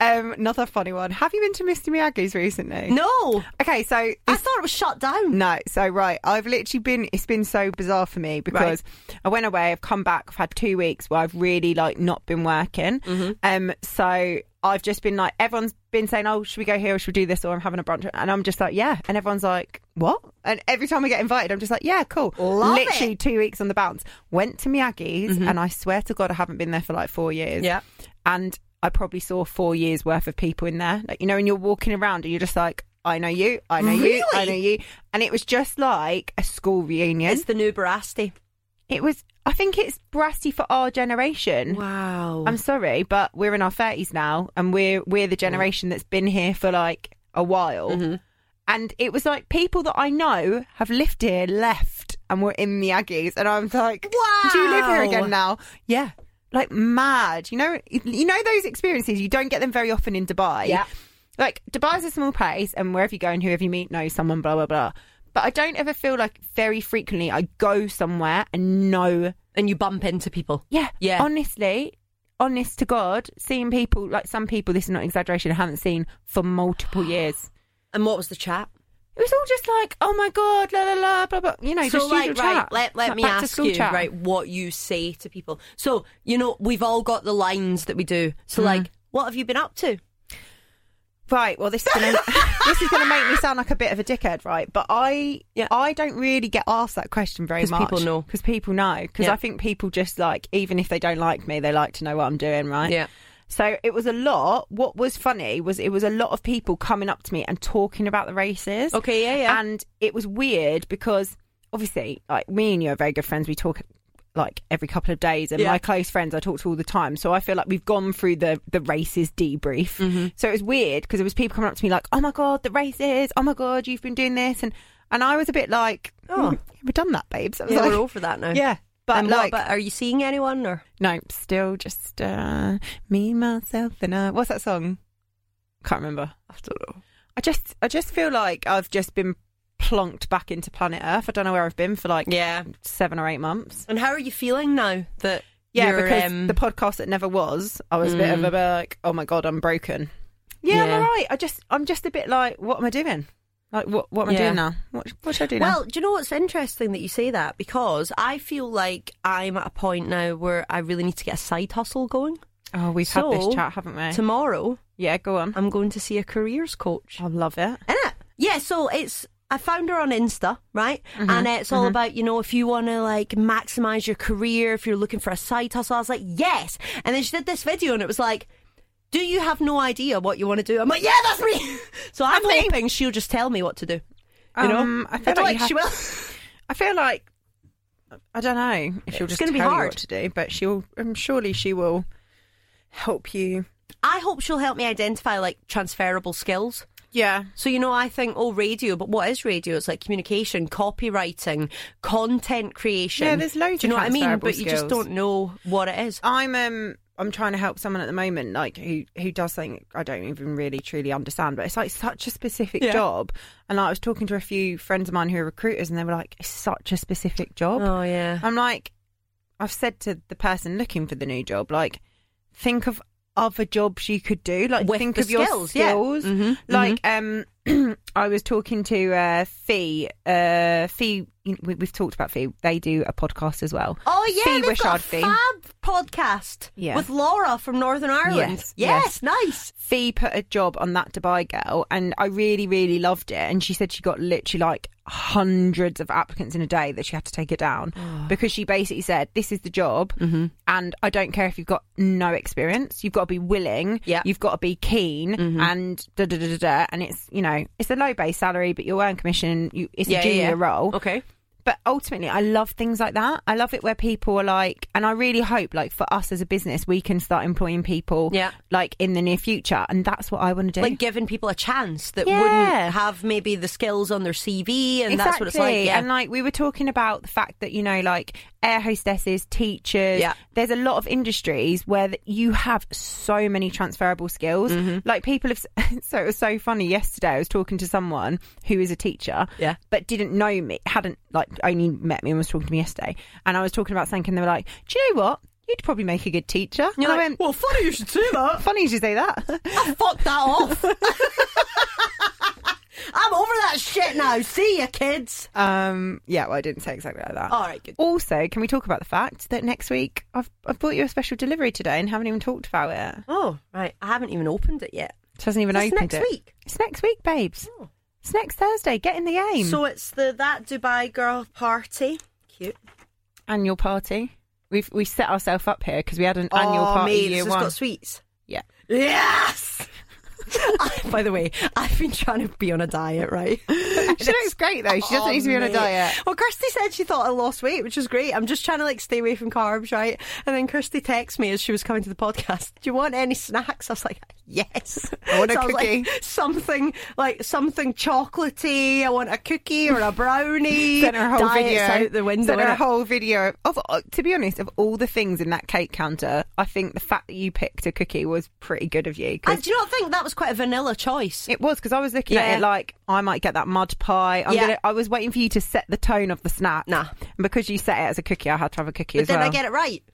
Speaker 2: Um, another funny one. Have you been to Misty Miyagi's recently?
Speaker 1: No,
Speaker 2: Okay, so
Speaker 1: I
Speaker 2: this,
Speaker 1: thought it was shut down.
Speaker 2: no, so right. I've literally been. It's been so bizarre for me because I went away. I've come back. I've had two weeks where I've really like not been working. Um, so I've just been like, everyone's been saying, "Oh, should we go here? or Should we do this?" Or I'm having a brunch, and I'm just like, "Yeah," and everyone's like, "What?" And every time I get invited, I'm just like, "Yeah, cool."
Speaker 1: Love
Speaker 2: literally two weeks on the bounce. Went to Miyagi's, and I swear to God, I haven't been there for like four years.
Speaker 1: Yeah.
Speaker 2: and I probably saw four years worth of people in there. Like you know, and you're walking around, and you're just like, "I know you, I know you, I
Speaker 1: Really?
Speaker 2: know you," and it was just like a school reunion.
Speaker 1: It's the new Barasti.
Speaker 2: it was. I think it's brassy for our generation.
Speaker 1: Wow.
Speaker 2: I'm sorry, but we're in our thirties now, and we're we're the generation that's been here for like a while. And it was like people that I know have lived here, left, and were in the Aggies, and I'm like, Do you live here
Speaker 1: Wow.
Speaker 2: again now? Yeah, like mad. You know, you know those experiences. You don't get them very often in Dubai.
Speaker 1: Yeah.
Speaker 2: like Dubai's a small place, and wherever you go and whoever you meet knows someone. Blah blah blah. But I don't ever feel like very frequently I go somewhere and know
Speaker 1: and you bump into people.
Speaker 2: yeah.
Speaker 1: Yeah.
Speaker 2: Honestly, honest to God, seeing people like some people, this is not exaggeration, I haven't seen for [GASPS] multiple years.
Speaker 1: And what was the chat?
Speaker 2: It was all just like, oh my God, la la la, blah blah. You know,
Speaker 1: so,
Speaker 2: just
Speaker 1: like,
Speaker 2: usual
Speaker 1: right,
Speaker 2: chat.
Speaker 1: let, let
Speaker 2: Like
Speaker 1: me
Speaker 2: back to
Speaker 1: ask
Speaker 2: school
Speaker 1: you,
Speaker 2: chat.
Speaker 1: right, what you say to people. So, you know, we've all got the lines that we do. So, like, what have you been up to?
Speaker 2: Right. Well, this is [LAUGHS] gonna this is gonna make me sound like a bit of a dickhead, right? But I
Speaker 1: Yeah.
Speaker 2: I don't really get asked that question very
Speaker 1: 'Cause
Speaker 2: much
Speaker 1: people know.
Speaker 2: because people know because
Speaker 1: Yeah.
Speaker 2: I think people just like even if they don't like me, they like to know what I'm doing, right?
Speaker 1: Yeah.
Speaker 2: So it was a lot. What was funny was it was a lot of people coming up to me and talking about the races.
Speaker 1: Okay, yeah, yeah.
Speaker 2: And it was weird because obviously, like me and you are very good friends. We talk like every couple of days, and
Speaker 1: Yeah.
Speaker 2: my close friends I talk to all the time. So I feel like we've gone through the the races debrief.
Speaker 1: Mm. mm-hmm.
Speaker 2: So it was weird because there was people coming up to me like, "Oh my god, the races! Oh my god, you've been doing this," and and I was a bit like,
Speaker 1: Oh.
Speaker 2: "Oh, we've done that, babes." I was
Speaker 1: Yeah,
Speaker 2: like,
Speaker 1: we're over that now.
Speaker 2: [LAUGHS] yeah. But
Speaker 1: and
Speaker 2: like,
Speaker 1: what, but are you seeing anyone or?
Speaker 2: no, still just uh, me, myself, and I. What's that song? Can't remember.
Speaker 1: I don't know.
Speaker 2: I just, I just feel like I've just been plonked back into planet Earth. I don't know where I've been for like
Speaker 1: Yeah.
Speaker 2: seven or eight months.
Speaker 1: And how are you feeling now that
Speaker 2: Yeah,
Speaker 1: you're,
Speaker 2: because
Speaker 1: um, Mm.
Speaker 2: the podcast that never was, I was a bit of a like, oh my god, I'm broken.
Speaker 1: Yeah.
Speaker 2: Yeah, I'm alright. I just, I'm just a bit like, what am I doing? Like, what, what am
Speaker 1: Yeah.
Speaker 2: I doing now? What, what should I do now?
Speaker 1: Well, do you know what's interesting that you say that? Because I feel like I'm at a point now where I really need to get a side hustle going.
Speaker 2: Oh, we've
Speaker 1: had this So- chat,
Speaker 2: haven't we?
Speaker 1: Tomorrow,
Speaker 2: yeah, go on.
Speaker 1: I'm going to see a careers coach.
Speaker 2: I love it.
Speaker 1: Innit? Yeah, so it's. I found her on Insta, right?
Speaker 2: Mm-hmm,
Speaker 1: and it's all about, you know, if you want to like maximize your career, if you're looking for a side hustle. I was like, yes. And then she did this video and it was like, do you have no idea what you want to do? I'm like, yeah, that's me. [LAUGHS] So I'm
Speaker 2: That's me.
Speaker 1: hoping she'll just tell me what to do. You know?
Speaker 2: Um, I feel
Speaker 1: don't
Speaker 2: like you
Speaker 1: she
Speaker 2: have-
Speaker 1: will.
Speaker 2: I feel like I don't know if she'll
Speaker 1: It's
Speaker 2: just
Speaker 1: gonna
Speaker 2: tell
Speaker 1: be
Speaker 2: you
Speaker 1: hard.
Speaker 2: what to do, but she'll. Um, surely she will help you.
Speaker 1: I hope she'll help me identify like transferable skills.
Speaker 2: Yeah,
Speaker 1: So, you know, I think, oh, radio, but what is radio? It's like communication, copywriting, content creation.
Speaker 2: Yeah, there's loads
Speaker 1: Do you
Speaker 2: of
Speaker 1: know what I mean?
Speaker 2: transferable
Speaker 1: But you just
Speaker 2: skills.
Speaker 1: don't know what it is.
Speaker 2: I'm um I'm trying to help someone at the moment, like who who does something I don't even really truly understand, but it's like such a specific
Speaker 1: Yeah.
Speaker 2: job. And like, I was talking to a few friends of mine who are recruiters, and they were like, "It's such a specific job."
Speaker 1: Oh, yeah.
Speaker 2: I'm like, I've said to the person looking for the new job, like, think of other jobs you could do, like
Speaker 1: With
Speaker 2: think
Speaker 1: the
Speaker 2: of your
Speaker 1: skills,
Speaker 2: skills.
Speaker 1: yeah. Mhm,
Speaker 2: Like, um, [CLEARS THROAT] I was talking to uh, Fee. Uh, Fee, you know, we, we've talked about Fee. They do a podcast as well.
Speaker 1: Oh, yeah.
Speaker 2: Fee
Speaker 1: they've
Speaker 2: Wishard
Speaker 1: got a
Speaker 2: Fee.
Speaker 1: fab podcast
Speaker 2: Yeah.
Speaker 1: with Laura from Northern Ireland.
Speaker 2: Yes, yes.
Speaker 1: nice.
Speaker 2: Fee put a job on that Dubai girl, and I really, really loved it. And she said she got literally like hundreds of applicants in a day that she had to take it down because she basically said, "This is the job, and I don't care if you've got no experience. You've got to be willing.
Speaker 1: Yeah.
Speaker 2: you've got to be keen, and da da da da da. And it's you know, it's a low base salary, but you'll earn commission. You, it's a junior role,
Speaker 1: Okay.
Speaker 2: but ultimately i love things like that i love it where people are like and i really hope like for us as a business we can start employing people
Speaker 1: Yeah.
Speaker 2: like in the near future and that's what i want to do
Speaker 1: Like giving people a chance that
Speaker 2: Yeah.
Speaker 1: wouldn't have maybe the skills on their CV, and that's what it's like.
Speaker 2: Exactly.
Speaker 1: Yeah.
Speaker 2: And like we were talking about the fact that you know, like air hostesses, teachers,
Speaker 1: Yeah.
Speaker 2: there's a lot of industries where th- you have so many transferable skills.
Speaker 1: Mm-hmm.
Speaker 2: Like people have. s- [LAUGHS] So it was so funny yesterday. I was talking to someone who is a teacher,
Speaker 1: Yeah.
Speaker 2: but didn't know me, hadn't like only met me and was talking to me yesterday. And I was talking about something, and they were like, "Do you know what? You'd probably make a good teacher." And
Speaker 1: You're
Speaker 2: I
Speaker 1: like,
Speaker 2: went,
Speaker 1: well, funny you should say that.
Speaker 2: "Funny you should say that." [LAUGHS]
Speaker 1: I fucked that off. I'm over that shit now. See ya, kids.
Speaker 2: um, yeah, well, I didn't say exactly like that.
Speaker 1: All right, good.
Speaker 2: Also, can we talk about the fact that next week I've I've brought you a special delivery today and haven't even talked about it.
Speaker 1: Oh, right. I haven't even opened it yet.
Speaker 2: It hasn't even
Speaker 1: It's
Speaker 2: opened
Speaker 1: next
Speaker 2: it.
Speaker 1: week.
Speaker 2: It's next week, babes.
Speaker 1: Oh.
Speaker 2: It's next Thursday. Get in the game.
Speaker 1: So it's the That Dubai Girl Party. Cute.
Speaker 2: annual party. We've we set ourselves up here because we had an annual
Speaker 1: oh,
Speaker 2: party
Speaker 1: mate,
Speaker 2: year
Speaker 1: it's
Speaker 2: one.
Speaker 1: got sweets. [LAUGHS]
Speaker 2: yeah.
Speaker 1: Yes!
Speaker 2: [LAUGHS]
Speaker 1: I, by the way, I've been trying to be on a diet, right?
Speaker 2: She looks great though. She doesn't
Speaker 1: Oh,
Speaker 2: need to be on a
Speaker 1: mate.
Speaker 2: diet.
Speaker 1: Well, Kirsty said she thought I lost weight, which is great. I'm just trying to like stay away from carbs, right? And then Kirsty texts me as she was coming to the podcast. Do you want any snacks? I was like, yes. [LAUGHS]
Speaker 2: I want a
Speaker 1: So was like,
Speaker 2: cookie.
Speaker 1: something like something chocolatey. I want a cookie or a
Speaker 2: [LAUGHS]
Speaker 1: brownie.
Speaker 2: [LAUGHS] Sent her a whole
Speaker 1: Diets
Speaker 2: video
Speaker 1: out the window.
Speaker 2: Sent her a
Speaker 1: innit?
Speaker 2: whole video of. uh, To be honest, of all the things in that cake counter, I think the fact that you picked a cookie was pretty good of you. 'cause
Speaker 1: And do you not think that was quite a vanilla choice?
Speaker 2: It was because I was looking
Speaker 1: Yeah.
Speaker 2: at it like I might get that mud pie. I'm
Speaker 1: Yeah.
Speaker 2: gonna, I was waiting for you to set the tone of the snack.
Speaker 1: Nah.
Speaker 2: and because you set it as a cookie, I had to have a cookie
Speaker 1: But
Speaker 2: as
Speaker 1: did
Speaker 2: well.
Speaker 1: I get it right?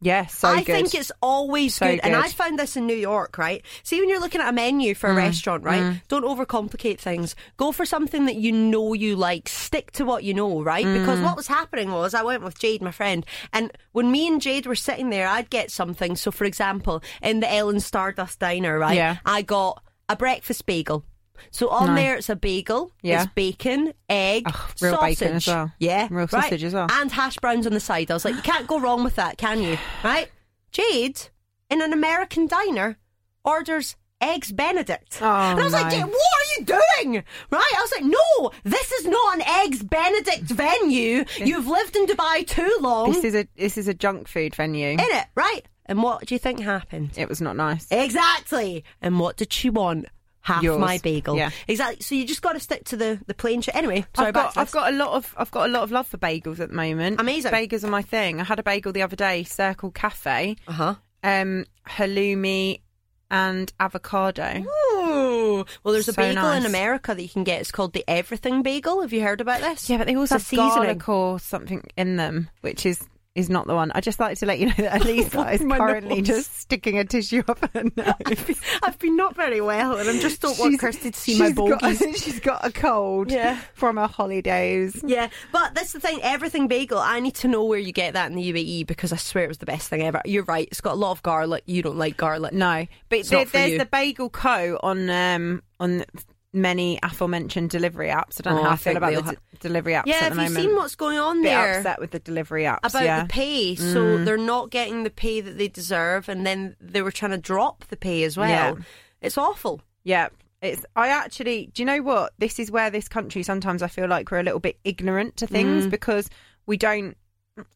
Speaker 2: yeah, so
Speaker 1: I
Speaker 2: good.
Speaker 1: think it's always
Speaker 2: So
Speaker 1: good. And
Speaker 2: good. Mm,
Speaker 1: I found this in New York, right? See, when you're looking at a menu for a restaurant, right? Don't overcomplicate things. Go for something that you know you like. Stick to what you know, right?
Speaker 2: Mm.
Speaker 1: Because what was happening was I went with Jade, my friend, and when me and Jade were sitting there, I'd get something. So, for example, in the Ellen Stardust Diner, right?
Speaker 2: Yeah.
Speaker 1: I got a breakfast bagel. So on there, it's a bagel,
Speaker 2: Yeah.
Speaker 1: it's bacon, egg,
Speaker 2: Ugh, real
Speaker 1: sausage,
Speaker 2: bacon as well.
Speaker 1: yeah,
Speaker 2: Real
Speaker 1: right?
Speaker 2: sausage as well.
Speaker 1: and hash browns on the side. I was like, you can't go wrong with that, can
Speaker 2: [SIGHS]
Speaker 1: you? Right? Jade, in an American diner, orders eggs Benedict.
Speaker 2: Oh,
Speaker 1: and I was like,
Speaker 2: no.
Speaker 1: Jade, what are you doing? Right? I was like, no, this is not an eggs Benedict
Speaker 2: [LAUGHS]
Speaker 1: venue. You've lived in Dubai too long.
Speaker 2: this is a this is a junk food venue.
Speaker 1: in it, right? And what do you think happened?
Speaker 2: It was not nice.
Speaker 1: Exactly. And what did she want? Half
Speaker 2: Yours.
Speaker 1: my bagel.
Speaker 2: Yeah.
Speaker 1: Exactly. So you just got to stick to the, the plain shit. Anyway, sorry
Speaker 2: I've
Speaker 1: back
Speaker 2: got
Speaker 1: to
Speaker 2: I've
Speaker 1: this.
Speaker 2: got a lot of I've got a lot of love for bagels at the moment.
Speaker 1: Amazing.
Speaker 2: bagels are my thing. I had a bagel the other day, Circle Cafe,
Speaker 1: Uh-huh.
Speaker 2: um, halloumi, and avocado.
Speaker 1: Ooh. Well, there's a
Speaker 2: So
Speaker 1: bagel in
Speaker 2: nice.
Speaker 1: America that you can get. It's called the Everything Bagel. Have you heard about this?
Speaker 2: Yeah, but they also
Speaker 1: It's a
Speaker 2: have garlic or something in them, which is is not the one. I just like to let you know [LAUGHS] that Elisa is
Speaker 1: My
Speaker 2: currently
Speaker 1: nose.
Speaker 2: just sticking a tissue up her [LAUGHS] nose.
Speaker 1: I've been not very well, and I just don't
Speaker 2: [LAUGHS] She's-
Speaker 1: want Kirsty to see my
Speaker 2: she's got-
Speaker 1: bogies.
Speaker 2: [LAUGHS] she's got a cold
Speaker 1: Yeah.
Speaker 2: from her holidays.
Speaker 1: Yeah, but that's the thing. Everything bagel. I need to know where you get that in the UAE because I swear it was the best thing ever. You're right. It's got a lot of garlic. You don't like garlic.
Speaker 2: No, but
Speaker 1: It's
Speaker 2: there-
Speaker 1: not for
Speaker 2: there's
Speaker 1: you.
Speaker 2: the Bagel Co on um, on many aforementioned delivery apps. I don't know
Speaker 1: Oh,
Speaker 2: how I,
Speaker 1: I
Speaker 2: feel
Speaker 1: think
Speaker 2: about the
Speaker 1: they'll ha-
Speaker 2: de- delivery apps
Speaker 1: Yeah,
Speaker 2: at
Speaker 1: have
Speaker 2: the
Speaker 1: you
Speaker 2: moment.
Speaker 1: seen what's going on
Speaker 2: bit
Speaker 1: there
Speaker 2: upset with the delivery apps.
Speaker 1: about
Speaker 2: yeah.
Speaker 1: the pay? So they're not getting the pay that they deserve, and then they were trying to drop the pay as well.
Speaker 2: Yeah.
Speaker 1: It's awful.
Speaker 2: Yeah. It's I actually do you know what? This is where this country sometimes I feel like we're a little bit ignorant to things because we don't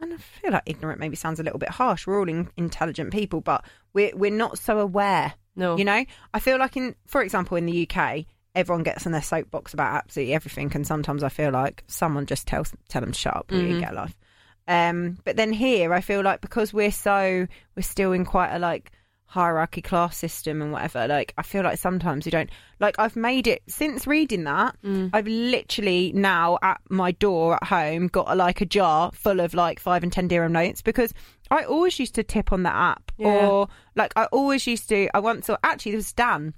Speaker 2: and I feel like ignorant maybe sounds a little bit harsh. We're all in, intelligent people, but we're we're not so aware.
Speaker 1: No.
Speaker 2: You know? I feel like in for example in the UK, everyone gets on their soapbox about absolutely everything and sometimes I feel like someone just tells tell them shut up, you get a life. Um, but then here, I feel like because we're so we're still in quite a like hierarchy class system and whatever. Like I feel like sometimes you don't like I've made it since reading that. I've literally now at my door at home got a, like a jar full of like five and ten dirham notes because I always used to tip on the app
Speaker 1: Yeah.
Speaker 2: or like I always used to. I once saw actually there was Dan.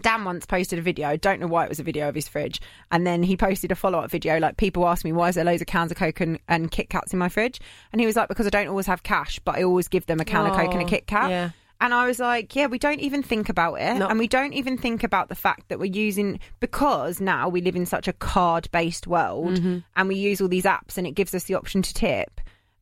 Speaker 2: Dan once posted a video. I don't know why it was a video of his fridge, and then he posted a follow up video. Like people ask me, why is there loads of cans of Coke and, and Kit Kats in my fridge? And he was like, because I don't always have cash, but I always give them a can of Coke and a
Speaker 1: Oh,
Speaker 2: Kit Kat.
Speaker 1: yeah.
Speaker 2: And I was like, yeah, we don't even think about it,
Speaker 1: No.
Speaker 2: and we don't even think about the fact that we're using because now we live in such a card based world,
Speaker 1: Mm-hmm.
Speaker 2: and we use all these apps, and it gives us the option to tip.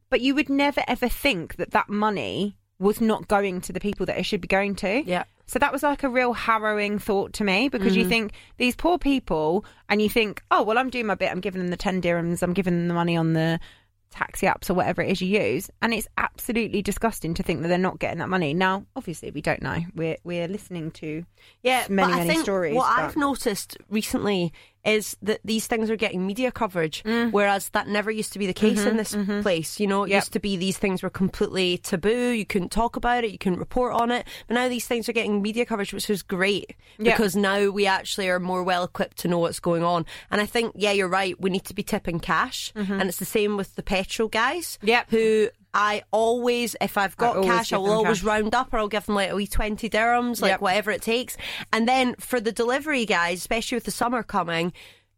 Speaker 2: But you would never ever think that that money was not going to the people that it should be going to.
Speaker 1: Yeah.
Speaker 2: So that was like a real harrowing thought to me because you think these poor people, and you think, oh, well, I'm doing my bit. I'm giving them the 10 dirhams, I'm giving them the money on the taxi apps or whatever it is you use. And it's absolutely disgusting to think that they're not getting that money. Now, obviously, we don't know. We're, we're listening to
Speaker 1: Yeah,
Speaker 2: many,
Speaker 1: but I
Speaker 2: many
Speaker 1: think
Speaker 2: stories,
Speaker 1: What
Speaker 2: but-
Speaker 1: I've noticed recently is that these things are getting media coverage, whereas that never used to be the case in this place. You know, it
Speaker 2: Mm. Mm-hmm, Yep.
Speaker 1: used to be these things were completely taboo. You couldn't talk about it, you couldn't report on it. But now these things are getting media coverage, which is great
Speaker 2: Yeah.
Speaker 1: because now we actually are more well equipped to know what's going on. And I think, yeah, you're right. We need to be tipping cash, and it's the same with the petrol guys.
Speaker 2: Mm-hmm. Yep.
Speaker 1: who. I always, if I've got
Speaker 2: always
Speaker 1: cash, I
Speaker 2: give
Speaker 1: will
Speaker 2: them
Speaker 1: always
Speaker 2: cash.
Speaker 1: round up or I'll give them like a wee 20 dirhams, like
Speaker 2: Yep.
Speaker 1: whatever it takes. And then for the delivery guys, especially with the summer coming,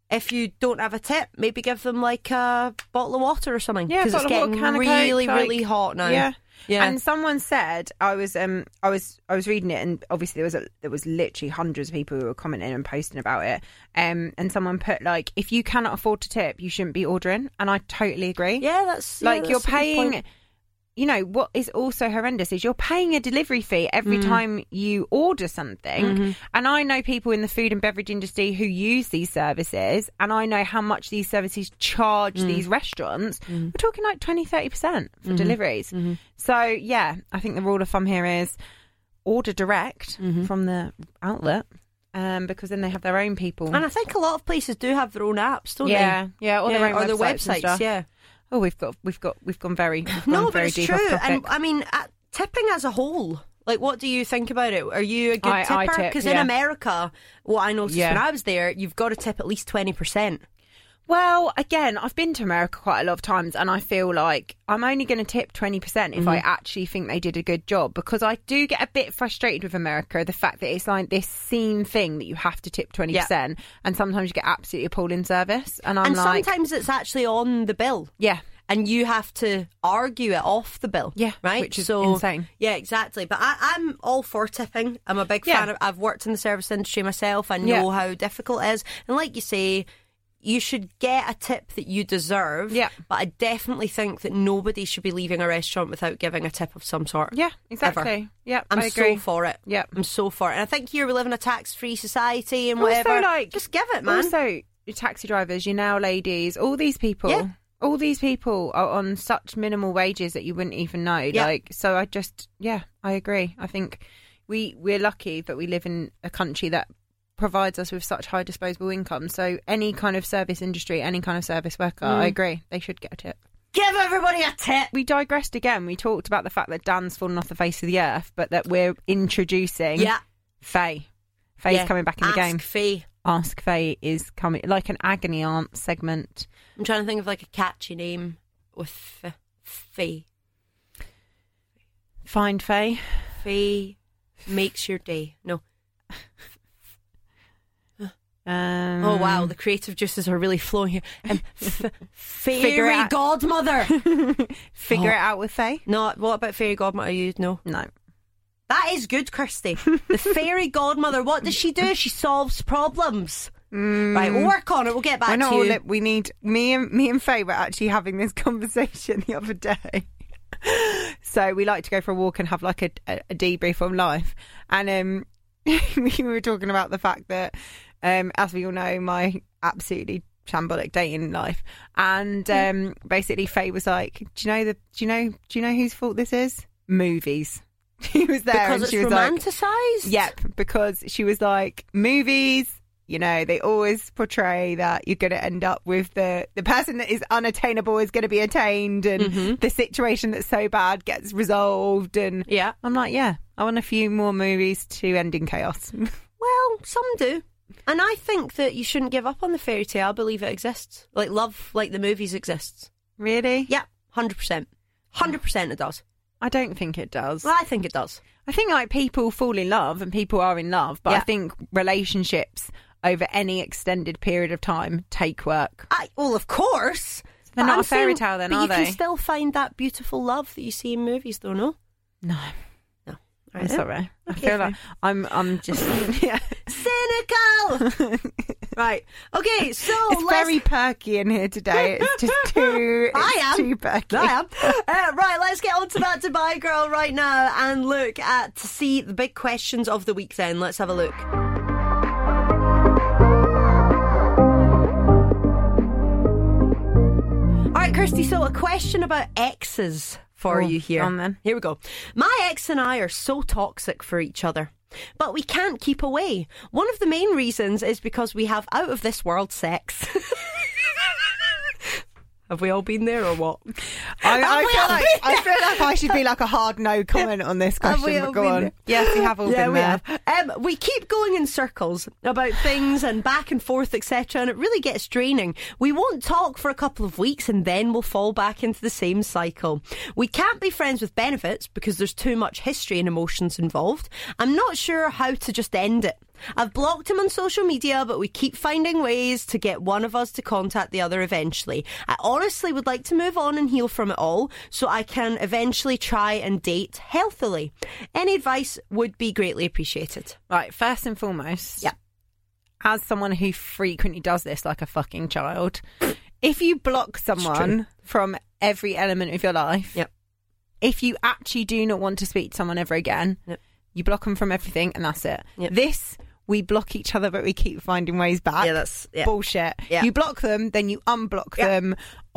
Speaker 1: if you don't have a tip, maybe give them like a bottle of water or something.
Speaker 2: Yeah,
Speaker 1: because it's
Speaker 2: bottle of water,
Speaker 1: getting
Speaker 2: can of Coke,
Speaker 1: really,
Speaker 2: like-
Speaker 1: really hot now.
Speaker 2: Yeah.
Speaker 1: Yeah.
Speaker 2: And someone said I was um I was I was reading it and obviously there was a, there was literally hundreds of people who were commenting and posting about it. Um and someone put like if you cannot afford to tip, you shouldn't be ordering and I totally agree.
Speaker 1: yeah, that's yeah,
Speaker 2: like
Speaker 1: that's
Speaker 2: you're
Speaker 1: a good point.
Speaker 2: paying you know what is also horrendous is you're paying a delivery fee
Speaker 1: Mm.
Speaker 2: every time you order something
Speaker 1: Mm-hmm.
Speaker 2: and i know people in the food and beverage industry who use these services and i know how much these services charge
Speaker 1: Mm.
Speaker 2: these restaurants we're talking like 20 30% for
Speaker 1: Mm-hmm.
Speaker 2: deliveries so yeah i think the rule of thumb here is order direct
Speaker 1: Mm-hmm.
Speaker 2: from the outlet um, because then they have their own people
Speaker 1: And I think a lot of places do have their own apps, don't
Speaker 2: yeah yeah
Speaker 1: they?
Speaker 2: or their own
Speaker 1: or their
Speaker 2: websites, and
Speaker 1: websites
Speaker 2: stuff.
Speaker 1: yeah.
Speaker 2: oh we've got we've got we've gone very [LAUGHS] we've
Speaker 1: No,
Speaker 2: gone
Speaker 1: but
Speaker 2: very
Speaker 1: it's
Speaker 2: deep
Speaker 1: true.
Speaker 2: off topic.
Speaker 1: And I mean, uh, tipping as a whole, like, what do you think about it? Are you a good
Speaker 2: I- I
Speaker 1: tipper?
Speaker 2: tip,
Speaker 1: Because in
Speaker 2: yeah.
Speaker 1: America, what I noticed
Speaker 2: Yeah.
Speaker 1: when I was there, you've got to tip at least twenty percent.
Speaker 2: Well, again, I've been to America quite a lot of times, and I feel like I'm only going to tip 20% if I actually think they did a good job because I do get a bit frustrated with America the fact that it's like this scene thing that you have to tip 20%, and sometimes you get absolutely appalling service. And I'm
Speaker 1: and
Speaker 2: like,
Speaker 1: sometimes it's actually on the bill
Speaker 2: yeah,
Speaker 1: and you have to argue it off the bill
Speaker 2: Yeah,
Speaker 1: right
Speaker 2: which is
Speaker 1: so
Speaker 2: insane.
Speaker 1: yeah exactly but I, i'm all for tipping i'm a big
Speaker 2: Yeah.
Speaker 1: fan of i've worked in the service industry myself i
Speaker 2: Yeah.
Speaker 1: know how difficult it is and like you say you should get a tip that you deserve
Speaker 2: Yeah.
Speaker 1: but i definitely think that nobody should be leaving a restaurant without giving a tip of some sort
Speaker 2: yeah,
Speaker 1: Ever.
Speaker 2: exactly. Yeah,
Speaker 1: I'm
Speaker 2: I agree.
Speaker 1: so for it.
Speaker 2: Yeah.
Speaker 1: I'm so for it. And I think here we live in a tax-free society and
Speaker 2: Also,
Speaker 1: whatever.
Speaker 2: like,
Speaker 1: just give it, man.
Speaker 2: Also, your taxi drivers, your now ladies, all these people,
Speaker 1: Yeah.
Speaker 2: all these people are on such minimal wages that you wouldn't even know.
Speaker 1: Yeah.
Speaker 2: Like, so I just, yeah, I agree. I think we we're lucky that we live in a country that provides us with such high disposable income. So any kind of service industry, any kind of service worker,
Speaker 1: Mm.
Speaker 2: I agree, they should get a tip.
Speaker 1: give everybody a tip.
Speaker 2: We digressed again. We talked about the fact that Dan's fallen off the face of the earth, but that we're introducing
Speaker 1: Yeah.
Speaker 2: Faye. Faye's
Speaker 1: Yeah.
Speaker 2: coming back in the
Speaker 1: Ask
Speaker 2: game.
Speaker 1: Faye.
Speaker 2: Ask Faye is coming like an agony aunt segment.
Speaker 1: I'm trying to think of like a catchy name with f- Faye.
Speaker 2: Find Faye.
Speaker 1: Faye makes your day. No.
Speaker 2: Um,
Speaker 1: Oh wow, the creative juices are really flowing here.
Speaker 2: [LAUGHS]
Speaker 1: Um, f-
Speaker 2: it
Speaker 1: fairy
Speaker 2: out.
Speaker 1: godmother.
Speaker 2: [LAUGHS] Figure it out with Faye.
Speaker 1: no, what about fairy godmother? You know
Speaker 2: oh. No.
Speaker 1: that is good, Kirsty.
Speaker 2: [LAUGHS]
Speaker 1: The fairy godmother. What does she do? She solves problems. Right, we'll work on it. We'll get
Speaker 2: We're
Speaker 1: back
Speaker 2: Mm. not
Speaker 1: to
Speaker 2: all
Speaker 1: you.
Speaker 2: li- we need me and me and Faye were actually having this [LAUGHS] conversation the other day. [LAUGHS] so we like to go for a walk and have like a, a, a debrief on life, and um, [LAUGHS] we were talking about the fact that, um, as we all know, my absolutely shambolic dating life,
Speaker 1: Hmm.
Speaker 2: and um, basically Faye was like, "Do you know the? Do you know? Do you know whose fault this is? Movies." [LAUGHS] She was there,
Speaker 1: because
Speaker 2: and
Speaker 1: it's
Speaker 2: she was like,
Speaker 1: romanticized.
Speaker 2: Yep, because she was like, movies, you know, they always portray that you're going to end up with the the person that is unattainable is going to be attained, and
Speaker 1: Mm-hmm.
Speaker 2: the situation that's so bad gets resolved. And
Speaker 1: Yeah.
Speaker 2: I'm like, yeah, I want a few more movies to end in chaos. [LAUGHS]
Speaker 1: Well, some do. And I think that you shouldn't give up on the fairy tale. I believe it exists. Like love, like the movies exists.
Speaker 2: really?
Speaker 1: Yeah, 100%. 100% it does.
Speaker 2: I don't think it does.
Speaker 1: Well, I think it does.
Speaker 2: I think like people fall in love and people are in love, but I
Speaker 1: Yeah.
Speaker 2: think relationships over any extended period of time take work.
Speaker 1: I, well, of course.
Speaker 2: They're
Speaker 1: But
Speaker 2: not
Speaker 1: I'm
Speaker 2: a fairy
Speaker 1: saying-
Speaker 2: tale then,
Speaker 1: but
Speaker 2: are
Speaker 1: you
Speaker 2: they?
Speaker 1: can still find that beautiful love that you see in movies, though, no?
Speaker 2: No.
Speaker 1: No.
Speaker 2: I'm sorry. I
Speaker 1: Okay,
Speaker 2: feel like I'm. I'm just. [LAUGHS] yeah. [LAUGHS]
Speaker 1: Cynical! right. Okay, so
Speaker 2: It's
Speaker 1: let's...
Speaker 2: very perky in here today. It's just [LAUGHS] too.
Speaker 1: I
Speaker 2: it's
Speaker 1: am.
Speaker 2: too perky.
Speaker 1: I am. [LAUGHS] Uh, right, let's get on to that Dubai girl right now and look at to see the big questions of the week then. Let's have a look. All right, Kirsty, so a question about exes for
Speaker 2: Oh,
Speaker 1: you here.
Speaker 2: go on then.
Speaker 1: Here we go. My ex and I are so toxic for each other. But we can't keep away. One of the main reasons is because we have out of this world sex. [LAUGHS] have we all been there or what?
Speaker 2: I, I
Speaker 1: we
Speaker 2: feel
Speaker 1: all
Speaker 2: like I feel like I should be like a hard no comment on [LAUGHS] this
Speaker 1: Have
Speaker 2: question.
Speaker 1: we
Speaker 2: but
Speaker 1: all
Speaker 2: go
Speaker 1: been
Speaker 2: on.
Speaker 1: there?
Speaker 2: Yes, we have [LAUGHS] all
Speaker 1: yeah,
Speaker 2: been
Speaker 1: we
Speaker 2: there.
Speaker 1: have. Um, we keep going in circles about things and back and forth, etc., and it really gets draining. We won't talk for a couple of weeks and then we'll fall back into the same cycle. We can't be friends with benefits because there's too much history and emotions involved. I'm not sure how to just end it. I've blocked him on social media, but we keep finding ways to get one of us to contact the other eventually. I honestly would like to move on and heal from it all so I can eventually try and date healthily. Any advice would be greatly appreciated.
Speaker 2: Right. First and foremost.
Speaker 1: Yeah.
Speaker 2: As someone who frequently does this like a fucking child, if you block someone from every element of your life,
Speaker 1: Yep.
Speaker 2: if you actually do not want to speak to someone ever again,
Speaker 1: Yep.
Speaker 2: you block them from everything, and that's it.
Speaker 1: Yep.
Speaker 2: This we block each other, but we keep finding ways back.
Speaker 1: Yeah, that's- yeah.
Speaker 2: bullshit.
Speaker 1: Yeah.
Speaker 2: You block them, then you unblock
Speaker 1: Yeah.
Speaker 2: them,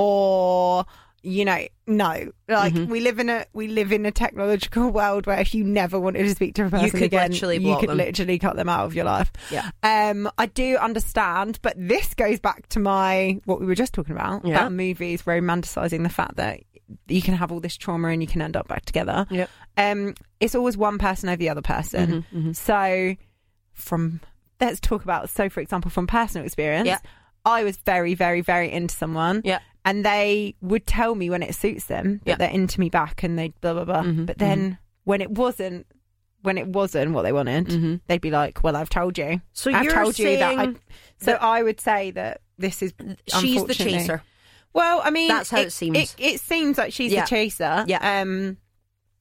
Speaker 2: or you know, no. Like
Speaker 1: Mm-hmm.
Speaker 2: we live in a we live in a technological [LAUGHS] world where if you never wanted to speak to a person
Speaker 1: could
Speaker 2: again,
Speaker 1: literally
Speaker 2: you
Speaker 1: block
Speaker 2: could
Speaker 1: them.
Speaker 2: literally cut them out of your life.
Speaker 1: Yeah.
Speaker 2: Um, I do understand, but this goes back to my what we were just talking about
Speaker 1: Yeah.
Speaker 2: about movies romanticizing the fact that you can have all this trauma and you can end up back together.
Speaker 1: Yep.
Speaker 2: Um, it's always one person over the other person.
Speaker 1: Mm-hmm,
Speaker 2: So from let's talk about so for example from personal experience,
Speaker 1: Yeah.
Speaker 2: I was very very very into someone.
Speaker 1: Yeah.
Speaker 2: And they would tell me when it suits them that
Speaker 1: Yeah. Mm-hmm,
Speaker 2: they're into me back and they blah blah blah. But then when it wasn't when it wasn't what they wanted, they'd be like, "Well, I've told you.
Speaker 1: Mm-hmm. So
Speaker 2: I've
Speaker 1: you're
Speaker 2: told you that." I,
Speaker 1: saying
Speaker 2: so
Speaker 1: that-
Speaker 2: I would say that this is
Speaker 1: She's the
Speaker 2: unfortunately-
Speaker 1: chaser.
Speaker 2: Well, I mean,
Speaker 1: That's how it seems.
Speaker 2: It, it seems like she's
Speaker 1: Yeah.
Speaker 2: the chaser.
Speaker 1: Yeah.
Speaker 2: Um,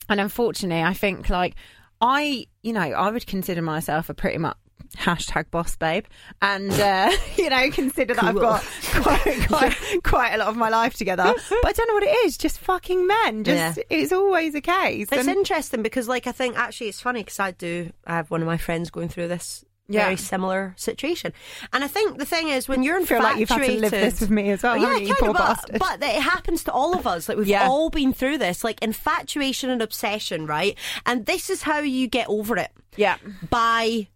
Speaker 2: and unfortunately, I think like I, you know, I would consider myself a pretty much hashtag boss babe and uh [LAUGHS] you know consider that i've
Speaker 1: Cool.
Speaker 2: got [LAUGHS] quite, quite quite a lot of my life
Speaker 1: [LAUGHS]
Speaker 2: together but i don't know what it is just fucking men just
Speaker 1: Yeah.
Speaker 2: it's always a case
Speaker 1: It's
Speaker 2: And-
Speaker 1: interesting because, like, I think actually it's funny because I do. I have one of my friends going through this
Speaker 2: Yeah.
Speaker 1: very similar situation, and I think the thing is when you're
Speaker 2: I feel
Speaker 1: infatuated,
Speaker 2: like you've had to live this with me as well,
Speaker 1: Yeah,
Speaker 2: haven't Oh, you, you
Speaker 1: kind of,
Speaker 2: poor
Speaker 1: but,
Speaker 2: bastard?
Speaker 1: but it happens to all of us. Like we've
Speaker 2: Yeah.
Speaker 1: all been through this, like infatuation and obsession, right? And this is how you get over it
Speaker 2: yeah
Speaker 1: by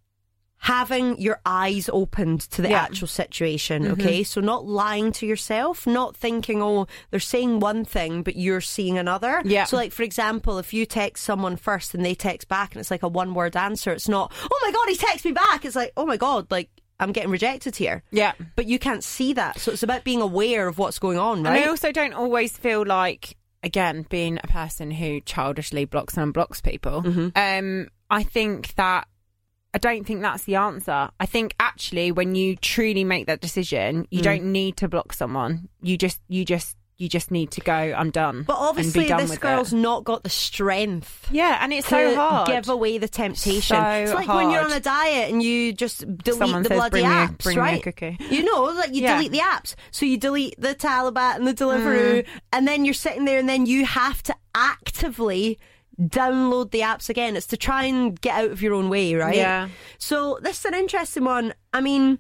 Speaker 1: having your eyes opened to the
Speaker 2: Yeah. Mm-hmm.
Speaker 1: actual situation okay so not lying to yourself not thinking oh they're saying one thing but you're seeing another
Speaker 2: Yeah.
Speaker 1: so like for example if you text someone first and they text back and it's like a one word answer it's not oh my god he texts me back it's like oh my god like i'm getting rejected here
Speaker 2: yeah
Speaker 1: but you can't see that so it's about being aware of what's going on
Speaker 2: And
Speaker 1: right
Speaker 2: I also don't always feel like again, being a person who childishly blocks and unblocks people,
Speaker 1: Mm-hmm.
Speaker 2: um, I think that I don't think that's the answer. I think actually, when you truly make that decision,
Speaker 1: Mm.
Speaker 2: you don't need to block someone. You just, you just, you just need to go. I'm done.
Speaker 1: But
Speaker 2: and
Speaker 1: obviously,
Speaker 2: be done
Speaker 1: this
Speaker 2: with
Speaker 1: girl's
Speaker 2: It.
Speaker 1: not got the strength.
Speaker 2: Yeah, and it's so
Speaker 1: to
Speaker 2: hard.
Speaker 1: give away the temptation.
Speaker 2: So
Speaker 1: it's like when you're
Speaker 2: hard.
Speaker 1: on a diet and you just delete
Speaker 2: Someone
Speaker 1: the
Speaker 2: says,
Speaker 1: bloody
Speaker 2: "Bring me a-
Speaker 1: apps,
Speaker 2: bring me a
Speaker 1: right?
Speaker 2: cookie.
Speaker 1: You know, like you
Speaker 2: Yeah. Mm.
Speaker 1: delete the apps, so you delete the Talibat and the Deliveroo, and then you're sitting there, and then you have to actively download the apps again. It's to try and get out of your own way, right?
Speaker 2: Yeah.
Speaker 1: So this is an interesting one. I mean,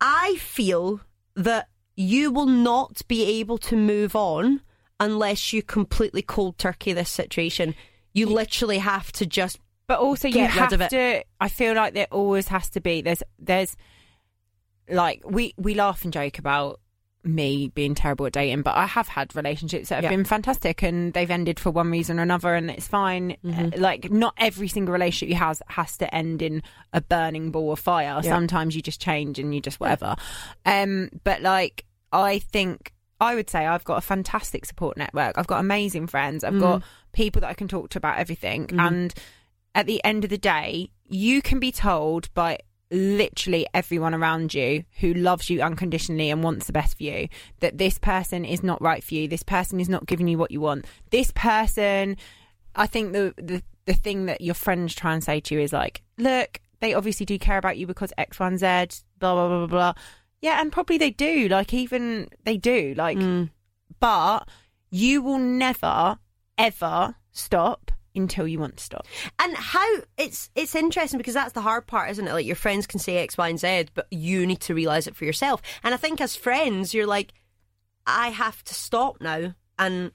Speaker 1: I feel that you will not be able to move on unless you completely cold turkey this situation. You literally have to just
Speaker 2: But also, you
Speaker 1: Get rid
Speaker 2: have
Speaker 1: of it.
Speaker 2: to. I feel like there always has to be. There's, there's, like we we laugh and joke about me being terrible at dating, but I have had relationships that have
Speaker 1: Yeah.
Speaker 2: been fantastic and they've ended for one reason or another, and it's fine.
Speaker 1: Mm-hmm.
Speaker 2: Uh, Like not every single relationship you has has to end in a burning ball of fire. Sometimes you just change and you just whatever. Um, but like I think. I would say I've got a fantastic support network. I've got amazing friends. I've got
Speaker 1: Mm-hmm.
Speaker 2: people that I can talk to about everything. And at the end of the day, you can be told by literally everyone around you who loves you unconditionally and wants the best for you that this person is not right for you. This person is not giving you what you want. This person, I think the the, the thing that your friends try and say to you is like, look, they obviously do care about you because X, Y, and Z, blah, blah, blah, blah, blah. Yeah, and probably they do. Like, even they do. Like, but you will never, ever stop until you want to stop.
Speaker 1: and how it's it's interesting because that's the hard part, isn't it? Like your friends can say X, Y, and Z, but you need to realize it for yourself. And I think as friends, you're like, I have to stop now and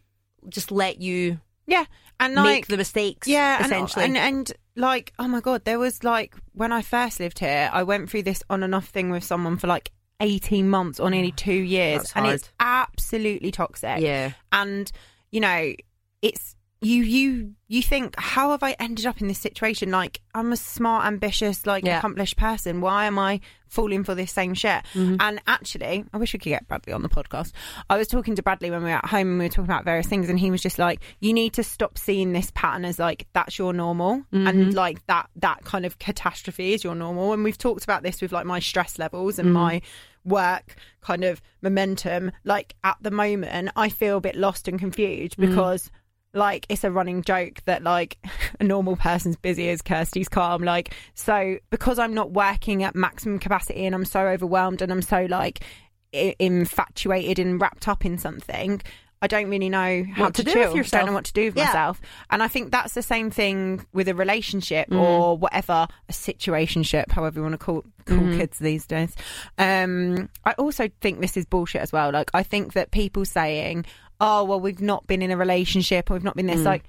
Speaker 1: just let you
Speaker 2: Yeah, and
Speaker 1: make
Speaker 2: like
Speaker 1: the mistakes.
Speaker 2: yeah, and-
Speaker 1: essentially.
Speaker 2: and, and like oh my god, there was like when I first lived here, I went through this on and off thing with someone for like eighteen months or nearly two
Speaker 1: Oh,
Speaker 2: years,
Speaker 1: That's
Speaker 2: and
Speaker 1: hard.
Speaker 2: it's absolutely toxic.
Speaker 1: Yeah.
Speaker 2: and you know it's you you you think how have I ended up in this situation? Like I'm a smart, ambitious, like
Speaker 1: Yeah.
Speaker 2: accomplished person. Why am I falling for this same shit? And actually, I wish we could get Bradley on the podcast. I was talking to Bradley when we were at home and we were talking about various things, and he was just like, "You need to stop seeing this pattern as like that's your normal, and like that that kind of catastrophe is your normal." And we've talked about this with like my stress levels and my work kind of momentum. Like at the moment, I feel a bit lost and confused because like it's a running joke that like [LAUGHS] a normal person's busy as Kirsty's calm. Like so because I'm not working at maximum capacity and I'm so overwhelmed and I'm so like i- infatuated and wrapped up in something. I don't really know how
Speaker 1: What to
Speaker 2: to,
Speaker 1: do with
Speaker 2: chill.
Speaker 1: yourself.
Speaker 2: Don't know what to do with
Speaker 1: Yeah.
Speaker 2: myself. And I think that's the same thing with a relationship
Speaker 1: Mm.
Speaker 2: or whatever a situationship, however you want to call call
Speaker 1: Mm-hmm.
Speaker 2: kids these days. Um, I also think this is bullshit as well. Like I think that people saying, "Oh, well, we've not been in a relationship or we've not been
Speaker 1: Mm.
Speaker 2: this," like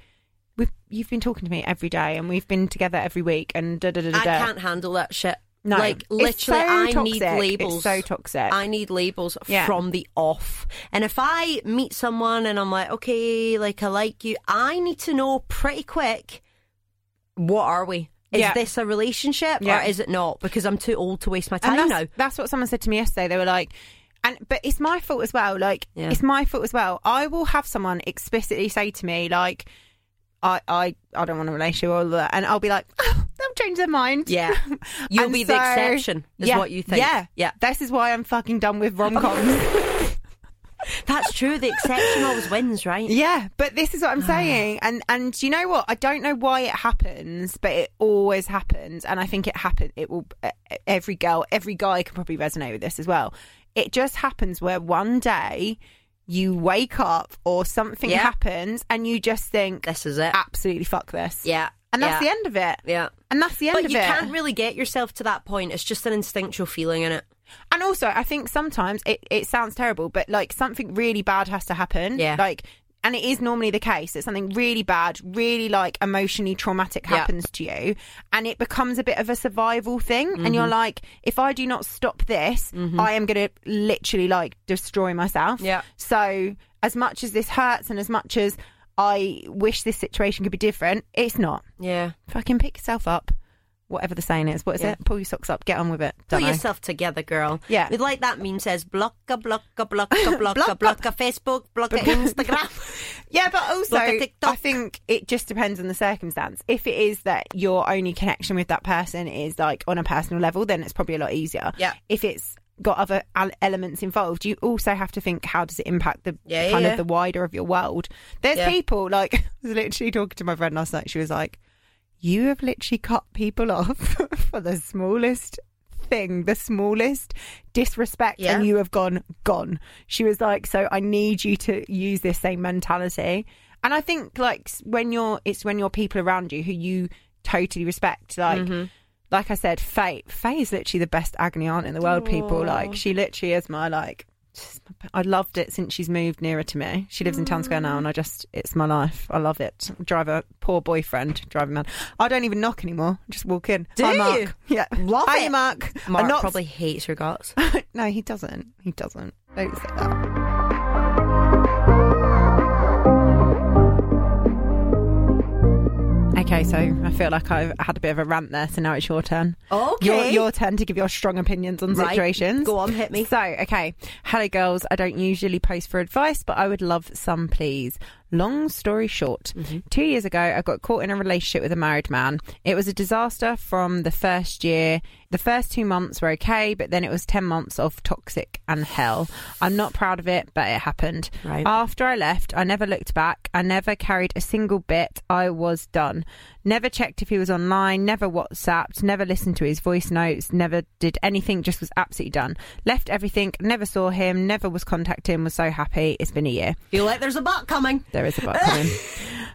Speaker 2: we've you've been talking to me every day and we've been together every week and da da da da.
Speaker 1: I
Speaker 2: da.
Speaker 1: can't handle that shit.
Speaker 2: No,
Speaker 1: like
Speaker 2: It's
Speaker 1: literally,
Speaker 2: so
Speaker 1: I
Speaker 2: toxic.
Speaker 1: need labels.
Speaker 2: It's so toxic.
Speaker 1: I need labels
Speaker 2: Yeah.
Speaker 1: from the off. And if I meet someone and I'm like, okay, like I like you, I need to know pretty quick what are we? Is
Speaker 2: Yeah.
Speaker 1: this a relationship
Speaker 2: Yeah.
Speaker 1: or is it not? Because I'm too old to waste my time
Speaker 2: and
Speaker 1: now.
Speaker 2: [LAUGHS] that's, that's what someone said to me yesterday. They were like, and but it's my fault as well. Like
Speaker 1: Yeah.
Speaker 2: it's my fault as well. I will have someone explicitly say to me like, I I, I don't want a relationship or all that, and I'll be like, [LAUGHS] oh, they'll change their mind. [LAUGHS]
Speaker 1: Yeah. You'll
Speaker 2: And
Speaker 1: be the
Speaker 2: so-
Speaker 1: exception, is
Speaker 2: yeah,
Speaker 1: what you think.
Speaker 2: Yeah,
Speaker 1: Yeah.
Speaker 2: This is why I'm fucking done with rom
Speaker 1: [LAUGHS]
Speaker 2: coms.
Speaker 1: That's true. The exception always wins, right?
Speaker 2: [LAUGHS] yeah, but this is what I'm
Speaker 1: Ah.
Speaker 2: saying, and and you know what? I don't know why it happens, but it always happens, and I think it happen. It will. e- Every girl, every guy can probably resonate with this as well. It just happens where one day you wake up or something
Speaker 1: Yeah.
Speaker 2: happens, and you just think,
Speaker 1: This is it.
Speaker 2: absolutely fuck this.
Speaker 1: Yeah.
Speaker 2: Ah. and that's
Speaker 1: yeah,
Speaker 2: the end of it.
Speaker 1: Yeah.
Speaker 2: And that's the end
Speaker 1: But
Speaker 2: of
Speaker 1: you
Speaker 2: it.
Speaker 1: can't really get yourself to that point. It's just an instinctual feeling in it.
Speaker 2: And also, I think sometimes it, it sounds terrible, but like something really bad has to happen.
Speaker 1: Yeah.
Speaker 2: Like, and it is normally the case that something really bad, really like emotionally traumatic
Speaker 1: Yeah.
Speaker 2: happens to you, and it becomes a bit of a survival thing. And
Speaker 1: Mm-hmm.
Speaker 2: you're like, if I do not stop this, I am going to literally like destroy myself.
Speaker 1: Yeah.
Speaker 2: So, as much as this hurts and as much as I wish this situation could be different, it's not.
Speaker 1: Yeah.
Speaker 2: Fucking pick yourself up, whatever the saying is. What is
Speaker 1: Yeah.
Speaker 2: it? Pull your socks up, get on with it.
Speaker 1: Pull
Speaker 2: Dunno.
Speaker 1: yourself together, girl.
Speaker 2: Yeah.
Speaker 1: We'd like that meme says blocka, blocka,
Speaker 2: [LAUGHS]
Speaker 1: blocka, blocka,
Speaker 2: Blocka.
Speaker 1: blocka Facebook,
Speaker 2: [LAUGHS]
Speaker 1: blocka Instagram.
Speaker 2: Yeah, but also
Speaker 1: Like a TikTok.
Speaker 2: I think it just depends on the circumstance. If it is that your only connection with that person is like on a personal level, then it's probably a lot easier.
Speaker 1: Yeah.
Speaker 2: If it's got other al- elements involved, you also have to think how does it impact the
Speaker 1: Yeah, yeah,
Speaker 2: kind
Speaker 1: yeah.
Speaker 2: of the wider of your world. There's
Speaker 1: Yeah.
Speaker 2: people like [LAUGHS] I was literally talking to my friend last night. She was like, "You have literally cut people [LAUGHS] off for the smallest." thing the smallest disrespect
Speaker 1: Yeah.
Speaker 2: and you have gone gone she was like so i need you to use this same mentality and i think like s- when you're it's when you're people around you who you totally respect like
Speaker 1: Mm-hmm.
Speaker 2: like i said faye faye is literally the best agony aunt in the world people like she literally is my like she's my be- I loved it since she's moved nearer to me. She lives in Town Square now, and I just, it's my life. I love it. Drive a poor boyfriend, drive a man. I don't even knock anymore. I just walk in.
Speaker 1: Do
Speaker 2: Hi,
Speaker 1: you?
Speaker 2: Mark. Yeah.
Speaker 1: Love
Speaker 2: Hi,
Speaker 1: it.
Speaker 2: Mark.
Speaker 1: Mark
Speaker 2: I knocked-
Speaker 1: probably hates your guts.
Speaker 2: no, he doesn't. He doesn't. Don't say that. Okay, so I feel like I've had a bit of a rant there, so now it's your turn.
Speaker 1: Okay.
Speaker 2: Your, your turn to give your strong opinions on
Speaker 1: Right.
Speaker 2: situations.
Speaker 1: Go on, hit me.
Speaker 2: So, okay. Hello, girls. I don't usually post for advice, but I would love some, please. Long story short,
Speaker 1: Mm-hmm.
Speaker 2: two years ago, I got caught in a relationship with a married man. It was a disaster from the first year. The first two months were okay, but then it was 10 months of toxic and hell. I'm not proud of it, but it happened.
Speaker 1: Right.
Speaker 2: After I left, I never looked back. I never carried a single bit. I was done. Never checked if he was online, never WhatsApped, never listened to his voice notes, never did anything, just was absolutely done. Left everything, never saw him, never was contacting, was so happy. It's been a year.
Speaker 1: Feel like there's a butt coming.
Speaker 2: There is a butt coming.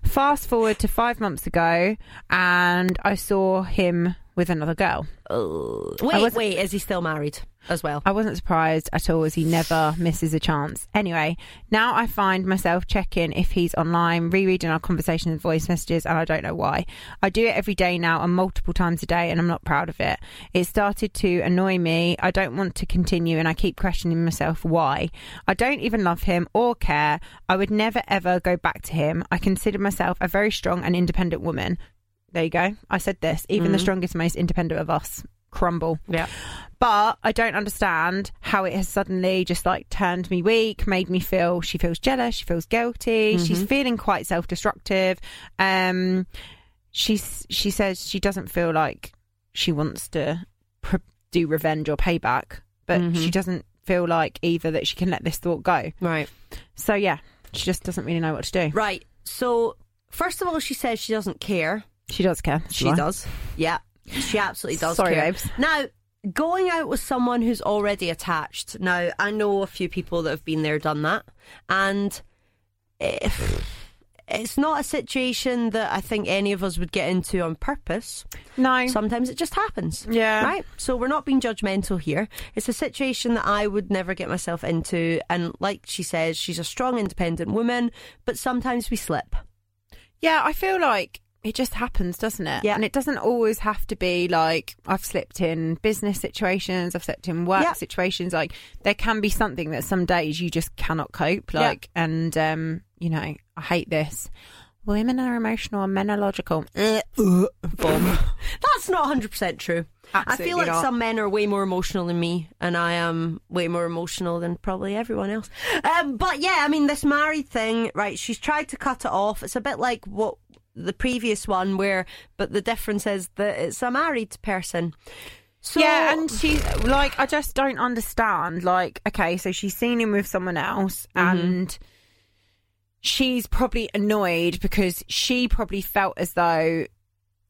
Speaker 2: Fast forward to five months ago, and I saw him with another girl.
Speaker 1: Oh.
Speaker 2: I
Speaker 1: Wait,
Speaker 2: wasn't-
Speaker 1: wait, is he still married as well?
Speaker 2: I wasn't surprised at all as he never misses a chance. Anyway, now I find myself checking if he's online, rereading our conversations and voice messages, and I don't know why. I do it every day now and multiple times a day, and I'm not proud of it. It started to annoy me. I don't want to continue, and I keep questioning myself why. I don't even love him or care. I would never ever go back to him. I consider myself a very strong and independent woman. There you go. I said this. Even the strongest, most independent of us crumble
Speaker 1: Yeah.
Speaker 2: but I don't understand how it has suddenly just like turned me weak, made me feel she feels jealous, she feels guilty,
Speaker 1: Mm-hmm.
Speaker 2: she's feeling quite self-destructive. Um, she's she says she doesn't feel like she wants to pr- do revenge or payback, but
Speaker 1: Mm-hmm.
Speaker 2: she doesn't feel like either that she can let this thought go.
Speaker 1: Right.
Speaker 2: So yeah, she just doesn't really know what to do.
Speaker 1: Right. So, first of all, she says she doesn't care.
Speaker 2: She does care.
Speaker 1: She
Speaker 2: Why?
Speaker 1: does. Yeah. She absolutely does
Speaker 2: Sorry,
Speaker 1: care.
Speaker 2: babes.
Speaker 1: Now, going out with someone who's already attached. Now, I know a few people that have been there, done that. And if, it's not a situation that I think any of us would get into on purpose.
Speaker 2: No.
Speaker 1: Sometimes it just happens.
Speaker 2: Yeah.
Speaker 1: Right? So we're not being judgmental here. It's a situation that I would never get myself into. And like she says, she's a strong, independent woman, but sometimes we slip.
Speaker 2: Yeah, I feel like it just happens, doesn't it?
Speaker 1: Yeah.
Speaker 2: And it doesn't always have to be like I've slipped in business situations, I've slipped in work
Speaker 1: Yeah.
Speaker 2: situations. Like there can be something that some days you just cannot cope.
Speaker 1: Yeah.
Speaker 2: Like, and um, you know, I hate this. Women are emotional and men are logical. Eh, uh, Bomb.
Speaker 1: [LAUGHS] That's not 100% true. I
Speaker 2: Absolutely
Speaker 1: feel like
Speaker 2: not.
Speaker 1: some men are way more emotional than me, and I am way more emotional than probably everyone else. Um, but yeah, I mean, this married thing, right? She's tried to cut it off. It's a bit like what the previous one, where, but the difference is that it's a married person. So,
Speaker 2: yeah, and she's like, I just don't understand. Like, okay, so she's seen him with someone else,
Speaker 1: Mm-hmm.
Speaker 2: and she's probably annoyed because she probably felt as though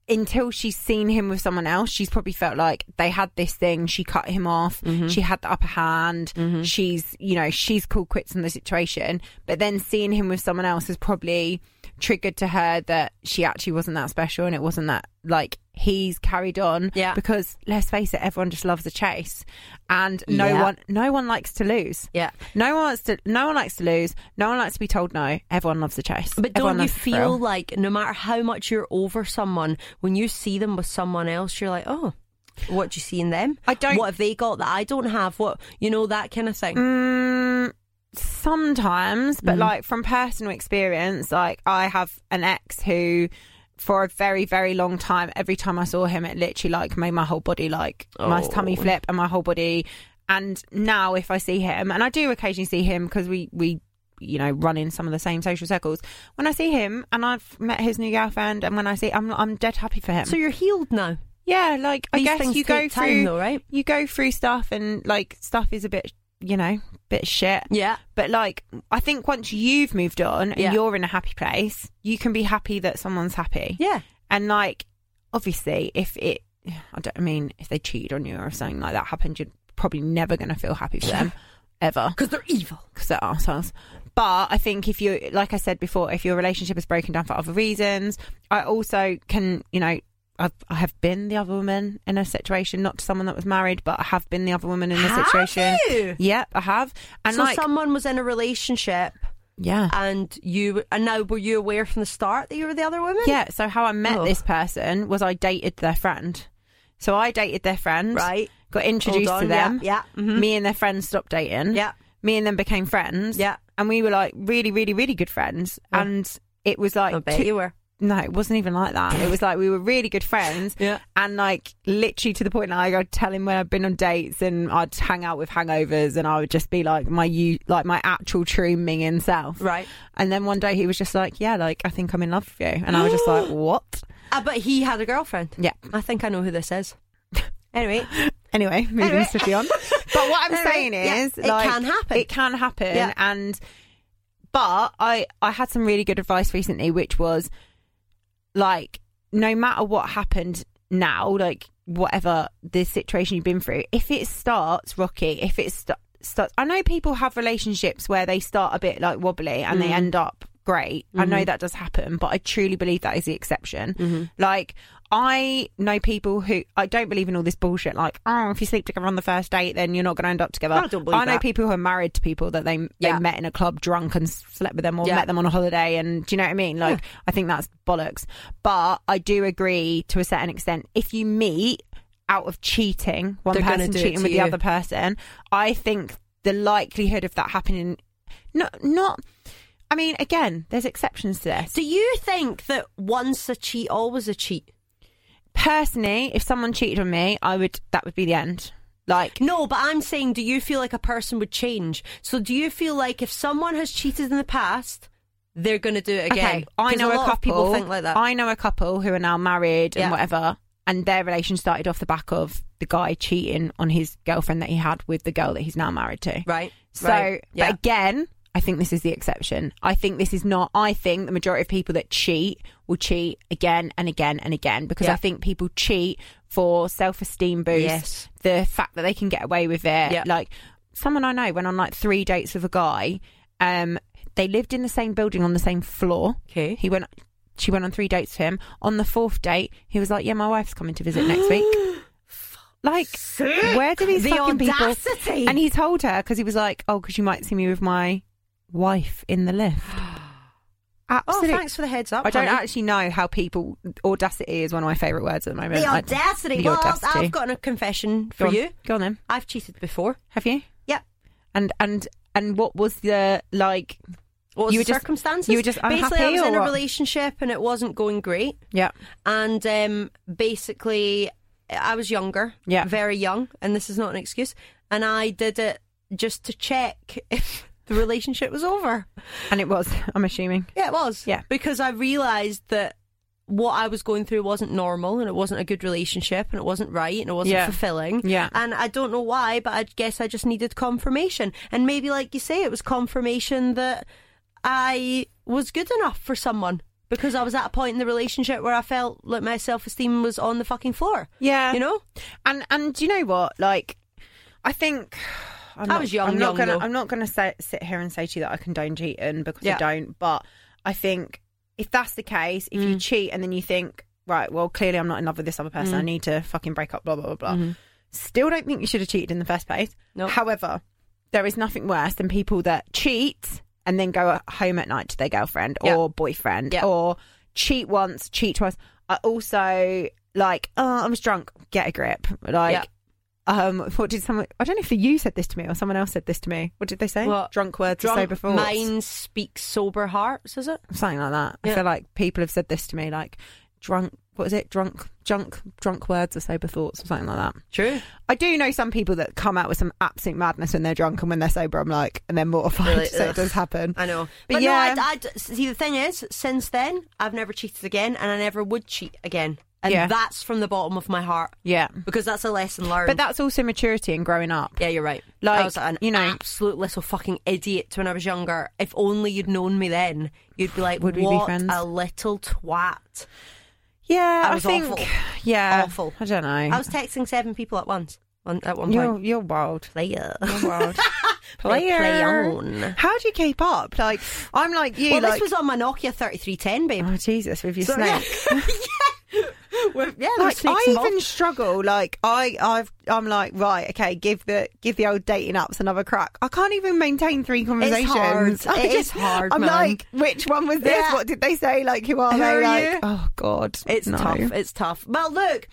Speaker 2: until she's seen him with someone else, she's probably felt like they had this thing. She cut him off.
Speaker 1: Mm-hmm.
Speaker 2: She had the upper hand. She's, you know, she's called quits on the situation. But then seeing him with someone else has probably triggered to her that she actually wasn't that special and it wasn't that like he's carried on.
Speaker 1: Yeah.
Speaker 2: Because let's face it, everyone just loves a chase, and no
Speaker 1: Yeah.
Speaker 2: one, no one likes to lose.
Speaker 1: yeah.
Speaker 2: No one wants to. No one likes to lose. No one likes to be told no. Everyone loves a chase.
Speaker 1: But
Speaker 2: Everyone
Speaker 1: don't you
Speaker 2: loves the
Speaker 1: feel
Speaker 2: thrill.
Speaker 1: like no matter how much you're over someone, when you see them with someone else, you're like, oh, what do you see in them?
Speaker 2: I don't-
Speaker 1: What have they got that I don't have? What you know that kind of thing.
Speaker 2: Mm,
Speaker 1: Mm.
Speaker 2: sometimes, but like from personal experience, like I have an ex who for a very, very long time. Every time I saw him, it literally like made my whole body like my
Speaker 1: Oh.
Speaker 2: tummy flip and my whole body. And now, if I see him, and I do occasionally see him because we we you know run in some of the same social circles. When I see him, and I've met his new girlfriend, and when I see, I'm I'm dead happy for him.
Speaker 1: So you're healed now.
Speaker 2: yeah, like I
Speaker 1: These
Speaker 2: guess
Speaker 1: things
Speaker 2: you go
Speaker 1: take time,
Speaker 2: through
Speaker 1: though, right?
Speaker 2: you go through stuff, and like stuff is a bit you know bit shit.
Speaker 1: Yeah.
Speaker 2: But like, I think once you've moved on and
Speaker 1: Yeah.
Speaker 2: you're in a happy place, you can be happy that someone's happy.
Speaker 1: Yeah.
Speaker 2: And like, obviously, if it, I don't I mean, if they cheated on you or something like that happened, you're probably never going to feel happy for them ever
Speaker 3: Because they're evil.
Speaker 2: because they're assholes. But I think if you, like I said before, if your relationship is broken down for other reasons, I also can, you know, I've, I have been the other woman in a situation, not to someone that was married, but I have been the other woman in a
Speaker 1: Have
Speaker 2: situation.
Speaker 1: you?
Speaker 2: Yep, I have. And
Speaker 1: so
Speaker 2: like,
Speaker 1: someone was in a relationship
Speaker 2: yeah.
Speaker 1: and you and now were you aware from the start that you were the other woman?
Speaker 2: Yeah, so how I met
Speaker 1: Oh.
Speaker 2: this person was I dated their friend. So I dated their friend,
Speaker 1: Right.
Speaker 2: got introduced
Speaker 1: Hold
Speaker 2: to
Speaker 1: on,
Speaker 2: them.
Speaker 1: yeah, yeah, mhm.
Speaker 2: Me and their friend stopped dating.
Speaker 1: Yeah.
Speaker 2: Me and them became friends.
Speaker 1: Yeah.
Speaker 2: And we were like really, really, really good friends.
Speaker 1: Yeah. Oh,
Speaker 2: And it was like
Speaker 1: I bet
Speaker 2: two-
Speaker 1: you were.
Speaker 2: no, it wasn't even like that. It was like we were really good friends.
Speaker 1: Yeah.
Speaker 2: And like literally to the point like I'd tell him when I'd been on dates and I'd hang out with hangovers and I would just be like my you like my actual true minging self.
Speaker 1: Right.
Speaker 2: And then one day he was just like, Yeah, like I think I'm in love with you and I was
Speaker 1: [GASPS]
Speaker 2: just like, What?
Speaker 1: Ah, but he had a girlfriend.
Speaker 2: Yeah.
Speaker 1: I think I know who this is. Anyway,
Speaker 2: Anyway, moving
Speaker 1: Anyway.
Speaker 2: swiftly on. But what I'm
Speaker 1: Anyway,
Speaker 2: saying
Speaker 1: yeah,
Speaker 2: is,
Speaker 1: it
Speaker 2: like,
Speaker 1: can happen.
Speaker 2: It can happen,
Speaker 1: Yeah.
Speaker 2: and but I I had some really good advice recently, which was like, no matter what happened now, like whatever the situation you've been through, if it starts rocky, if it st- starts, I know people have relationships where they start a bit like wobbly and
Speaker 1: Mm.
Speaker 2: they end up great. I
Speaker 1: Mm-hmm.
Speaker 2: know that does happen, but I truly believe that is the exception. Like, I know people who I don't believe in all this bullshit. Like, oh, if you sleep together on the first date, then you're not going to end up together.
Speaker 1: I don't believe
Speaker 2: know
Speaker 1: that.
Speaker 2: people who are married to people that they
Speaker 1: Yeah.
Speaker 2: they met in a club drunk and slept with them or
Speaker 1: Yeah.
Speaker 2: met them on a holiday. And do you know what I mean? Like, I think that's bollocks. But I do agree to a certain extent. If you meet out of cheating, one
Speaker 1: They're gonna
Speaker 2: person
Speaker 1: do it
Speaker 2: cheating
Speaker 1: to
Speaker 2: with
Speaker 1: you.
Speaker 2: the other person, I think the likelihood of that happening, not not. I mean, again, there's exceptions to this.
Speaker 1: do you think that once a cheat, always a cheat?
Speaker 2: personally, if someone cheated on me, I would that would be the end. Like
Speaker 1: No, but I'm saying, do you feel like a person would change? So, do you feel like if someone has cheated in the past, they're going to do it again?
Speaker 2: okay, I
Speaker 1: 'Cause
Speaker 2: know a,
Speaker 1: lot
Speaker 2: couple.
Speaker 1: Of people think like that.
Speaker 2: I know a couple who are now married
Speaker 1: Yeah.
Speaker 2: and whatever, and their relation started off the back of the guy cheating on his girlfriend that he had with the girl that he's now married to.
Speaker 1: right.
Speaker 2: So,
Speaker 1: right, yeah.
Speaker 2: but again, I think this is the exception. I think this is not. I think the majority of people that cheat will cheat again and again and again because
Speaker 1: Yeah.
Speaker 2: I think people cheat for self esteem boost.
Speaker 1: Yes.
Speaker 2: The fact that they can get away with it.
Speaker 1: Yeah.
Speaker 2: Like someone I know went on like three dates with a guy. Um, they lived in the same building on the same floor.
Speaker 1: Okay.
Speaker 2: He went. She went on three dates with him. On the fourth date, he was like, "Yeah, my wife's coming to visit next
Speaker 1: [GASPS]
Speaker 2: week." Like, where did these
Speaker 1: The
Speaker 2: fucking people?
Speaker 1: audacity.
Speaker 2: And he told her because he was like, "Oh, because you might see me with my wife in the lift."
Speaker 1: [GASPS] oh,
Speaker 2: Absolutely.
Speaker 1: thanks for the heads up.
Speaker 2: I don't
Speaker 1: honey.
Speaker 2: actually know how people audacity is one of my favorite words at the moment.
Speaker 1: The
Speaker 2: Like,
Speaker 1: audacity.
Speaker 2: the
Speaker 1: well,
Speaker 2: audacity.
Speaker 1: I've got a confession
Speaker 2: Go
Speaker 1: for
Speaker 2: on.
Speaker 1: you.
Speaker 2: Go on then.
Speaker 1: I've cheated before.
Speaker 2: Have you?
Speaker 1: Yep.
Speaker 2: And and and what was the like?
Speaker 1: What was
Speaker 2: You
Speaker 1: the
Speaker 2: were just-
Speaker 1: circumstances?
Speaker 2: you were just
Speaker 1: basically I
Speaker 2: unhappy
Speaker 1: was
Speaker 2: or
Speaker 1: in a
Speaker 2: what?
Speaker 1: relationship and it wasn't going great.
Speaker 2: Yeah.
Speaker 1: and um, basically I was younger,
Speaker 2: Yeah.
Speaker 1: very young, and this is not an excuse. And I did it just to check [LAUGHS] if the relationship was over.
Speaker 2: And it was. I'm assuming.
Speaker 1: Yeah, it was.
Speaker 2: Yeah.
Speaker 1: because I realised that what I was going through wasn't normal, and it wasn't a good relationship, and it wasn't right, and it wasn't
Speaker 2: Yeah.
Speaker 1: fulfilling.
Speaker 2: Yeah.
Speaker 1: and I don't know why, but I guess I just needed confirmation, and maybe like you say, it was confirmation that I was good enough for someone. Because I was at a point in the relationship where I felt like my self esteem was on the fucking floor.
Speaker 2: Yeah.
Speaker 1: You know?
Speaker 2: And and do you know what? Like, I think [SIGHS] I'm
Speaker 1: I
Speaker 2: not,
Speaker 1: was young,
Speaker 2: I'm not
Speaker 1: young,
Speaker 2: gonna.
Speaker 1: though.
Speaker 2: I'm not gonna say, sit here and say to you that I condone cheating because
Speaker 1: Yeah.
Speaker 2: I don't. But I think if that's the case, if
Speaker 1: Mm.
Speaker 2: you cheat and then you think, right, well, clearly I'm not in love with this other person.
Speaker 1: Mm.
Speaker 2: I need to fucking break up. Blah blah blah blah. Still don't think you should have cheated in the first place.
Speaker 1: Mm-hmm. Nope.
Speaker 2: However, there is nothing worse than people that cheat and then go at home at night to their girlfriend
Speaker 1: Yeah.
Speaker 2: or boyfriend
Speaker 1: Yeah.
Speaker 2: or cheat once, cheat twice. I also like, oh, I was drunk. Get a grip. Like,
Speaker 1: Yeah.
Speaker 2: um, what did someone? I don't know if you said this to me or someone else said this to me. What did they say?
Speaker 1: What?
Speaker 2: Drunk words,
Speaker 1: Drunk
Speaker 2: sober thoughts,
Speaker 1: minds speak sober hearts, is it?
Speaker 2: something like that.
Speaker 1: Yeah.
Speaker 2: I feel like people have said this to me. Like, drunk. What is it? Drunk, junk, drunk words or sober thoughts or something like that.
Speaker 1: True.
Speaker 2: I do know some people that come out with some absolute madness when they're drunk, and when they're sober, I'm like, and they're mortified.
Speaker 1: Really?
Speaker 2: [LAUGHS] so
Speaker 1: Ugh.
Speaker 2: it does happen.
Speaker 1: I know.
Speaker 2: But
Speaker 1: But,
Speaker 2: yeah.
Speaker 1: no, I, I- see, the thing is, since then, I've never cheated again and I never would cheat again. And
Speaker 2: Yeah.
Speaker 1: that's from the bottom of my heart
Speaker 2: Yeah,
Speaker 1: because that's a lesson learned.
Speaker 2: but that's also maturity and growing up.
Speaker 1: yeah, you're right.
Speaker 2: Like,
Speaker 1: I was an
Speaker 2: you know-
Speaker 1: absolute little fucking idiot when I was younger. If only you'd known me then, you'd be like,
Speaker 2: Would we be
Speaker 1: what
Speaker 2: friends?"
Speaker 1: a little twat.
Speaker 2: Yeah,
Speaker 1: I
Speaker 2: I,
Speaker 1: was
Speaker 2: think.
Speaker 1: awful.
Speaker 2: Yeah,
Speaker 1: Awful.
Speaker 2: I don't know.
Speaker 1: I was texting seven people at once on, at one
Speaker 2: you're
Speaker 1: point.
Speaker 2: you're wild. [LAUGHS]
Speaker 1: Player. [LAUGHS]
Speaker 2: You're wild.
Speaker 1: Play
Speaker 2: Player.
Speaker 1: on.
Speaker 2: How do you keep up? Like, I'm like you.
Speaker 1: Well,
Speaker 2: like,
Speaker 1: this was on my Nokia 3310, babe.
Speaker 2: oh Jesus, with
Speaker 1: [LAUGHS]
Speaker 2: your
Speaker 1: So-
Speaker 2: snake.
Speaker 1: Well, yeah, [LAUGHS]
Speaker 2: like
Speaker 1: there's
Speaker 2: I
Speaker 1: snakes involved.
Speaker 2: even struggle. Like I, I've, I'm like, right, okay, give the give the old dating apps another crack. I can't even maintain three conversations.
Speaker 1: hard.
Speaker 2: [LAUGHS] I
Speaker 1: It is hard,
Speaker 2: I'm
Speaker 1: man.
Speaker 2: like, which one was this?
Speaker 1: Yeah.
Speaker 2: What did they say? Like, who are
Speaker 1: Who
Speaker 2: they?
Speaker 1: are
Speaker 2: like,
Speaker 1: you?
Speaker 2: oh God,
Speaker 1: It's
Speaker 2: no.
Speaker 1: tough. It's tough. Well, look,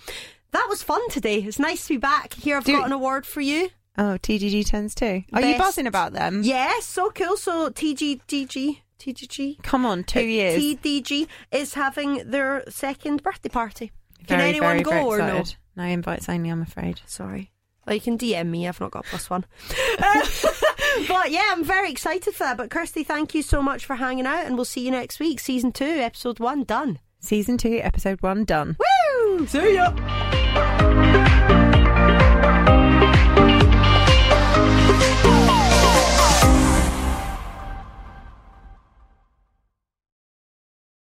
Speaker 1: that was fun today. It's nice to be back. Here, I've
Speaker 2: Do-
Speaker 1: got an award for you.
Speaker 2: Oh, TGG tens too. Are you
Speaker 1: Best-
Speaker 2: buzzing about them?
Speaker 1: Yes, so cool. So TGDG, TGG,
Speaker 2: Come on, two years.
Speaker 1: TDG is having their second birthday party. Can
Speaker 2: Very,
Speaker 1: anyone
Speaker 2: very,
Speaker 1: go
Speaker 2: very
Speaker 1: or no?
Speaker 2: excited. no? invites only. I'm afraid.
Speaker 1: Sorry. Well, you can DM me. I've not got a plus one. [LAUGHS] but yeah, I'm very excited for that. But Kirsty, thank you so much for hanging out, and we'll see you next week. Season two, episode one, done.
Speaker 2: Season two, episode one, done.
Speaker 1: Woo! See ya.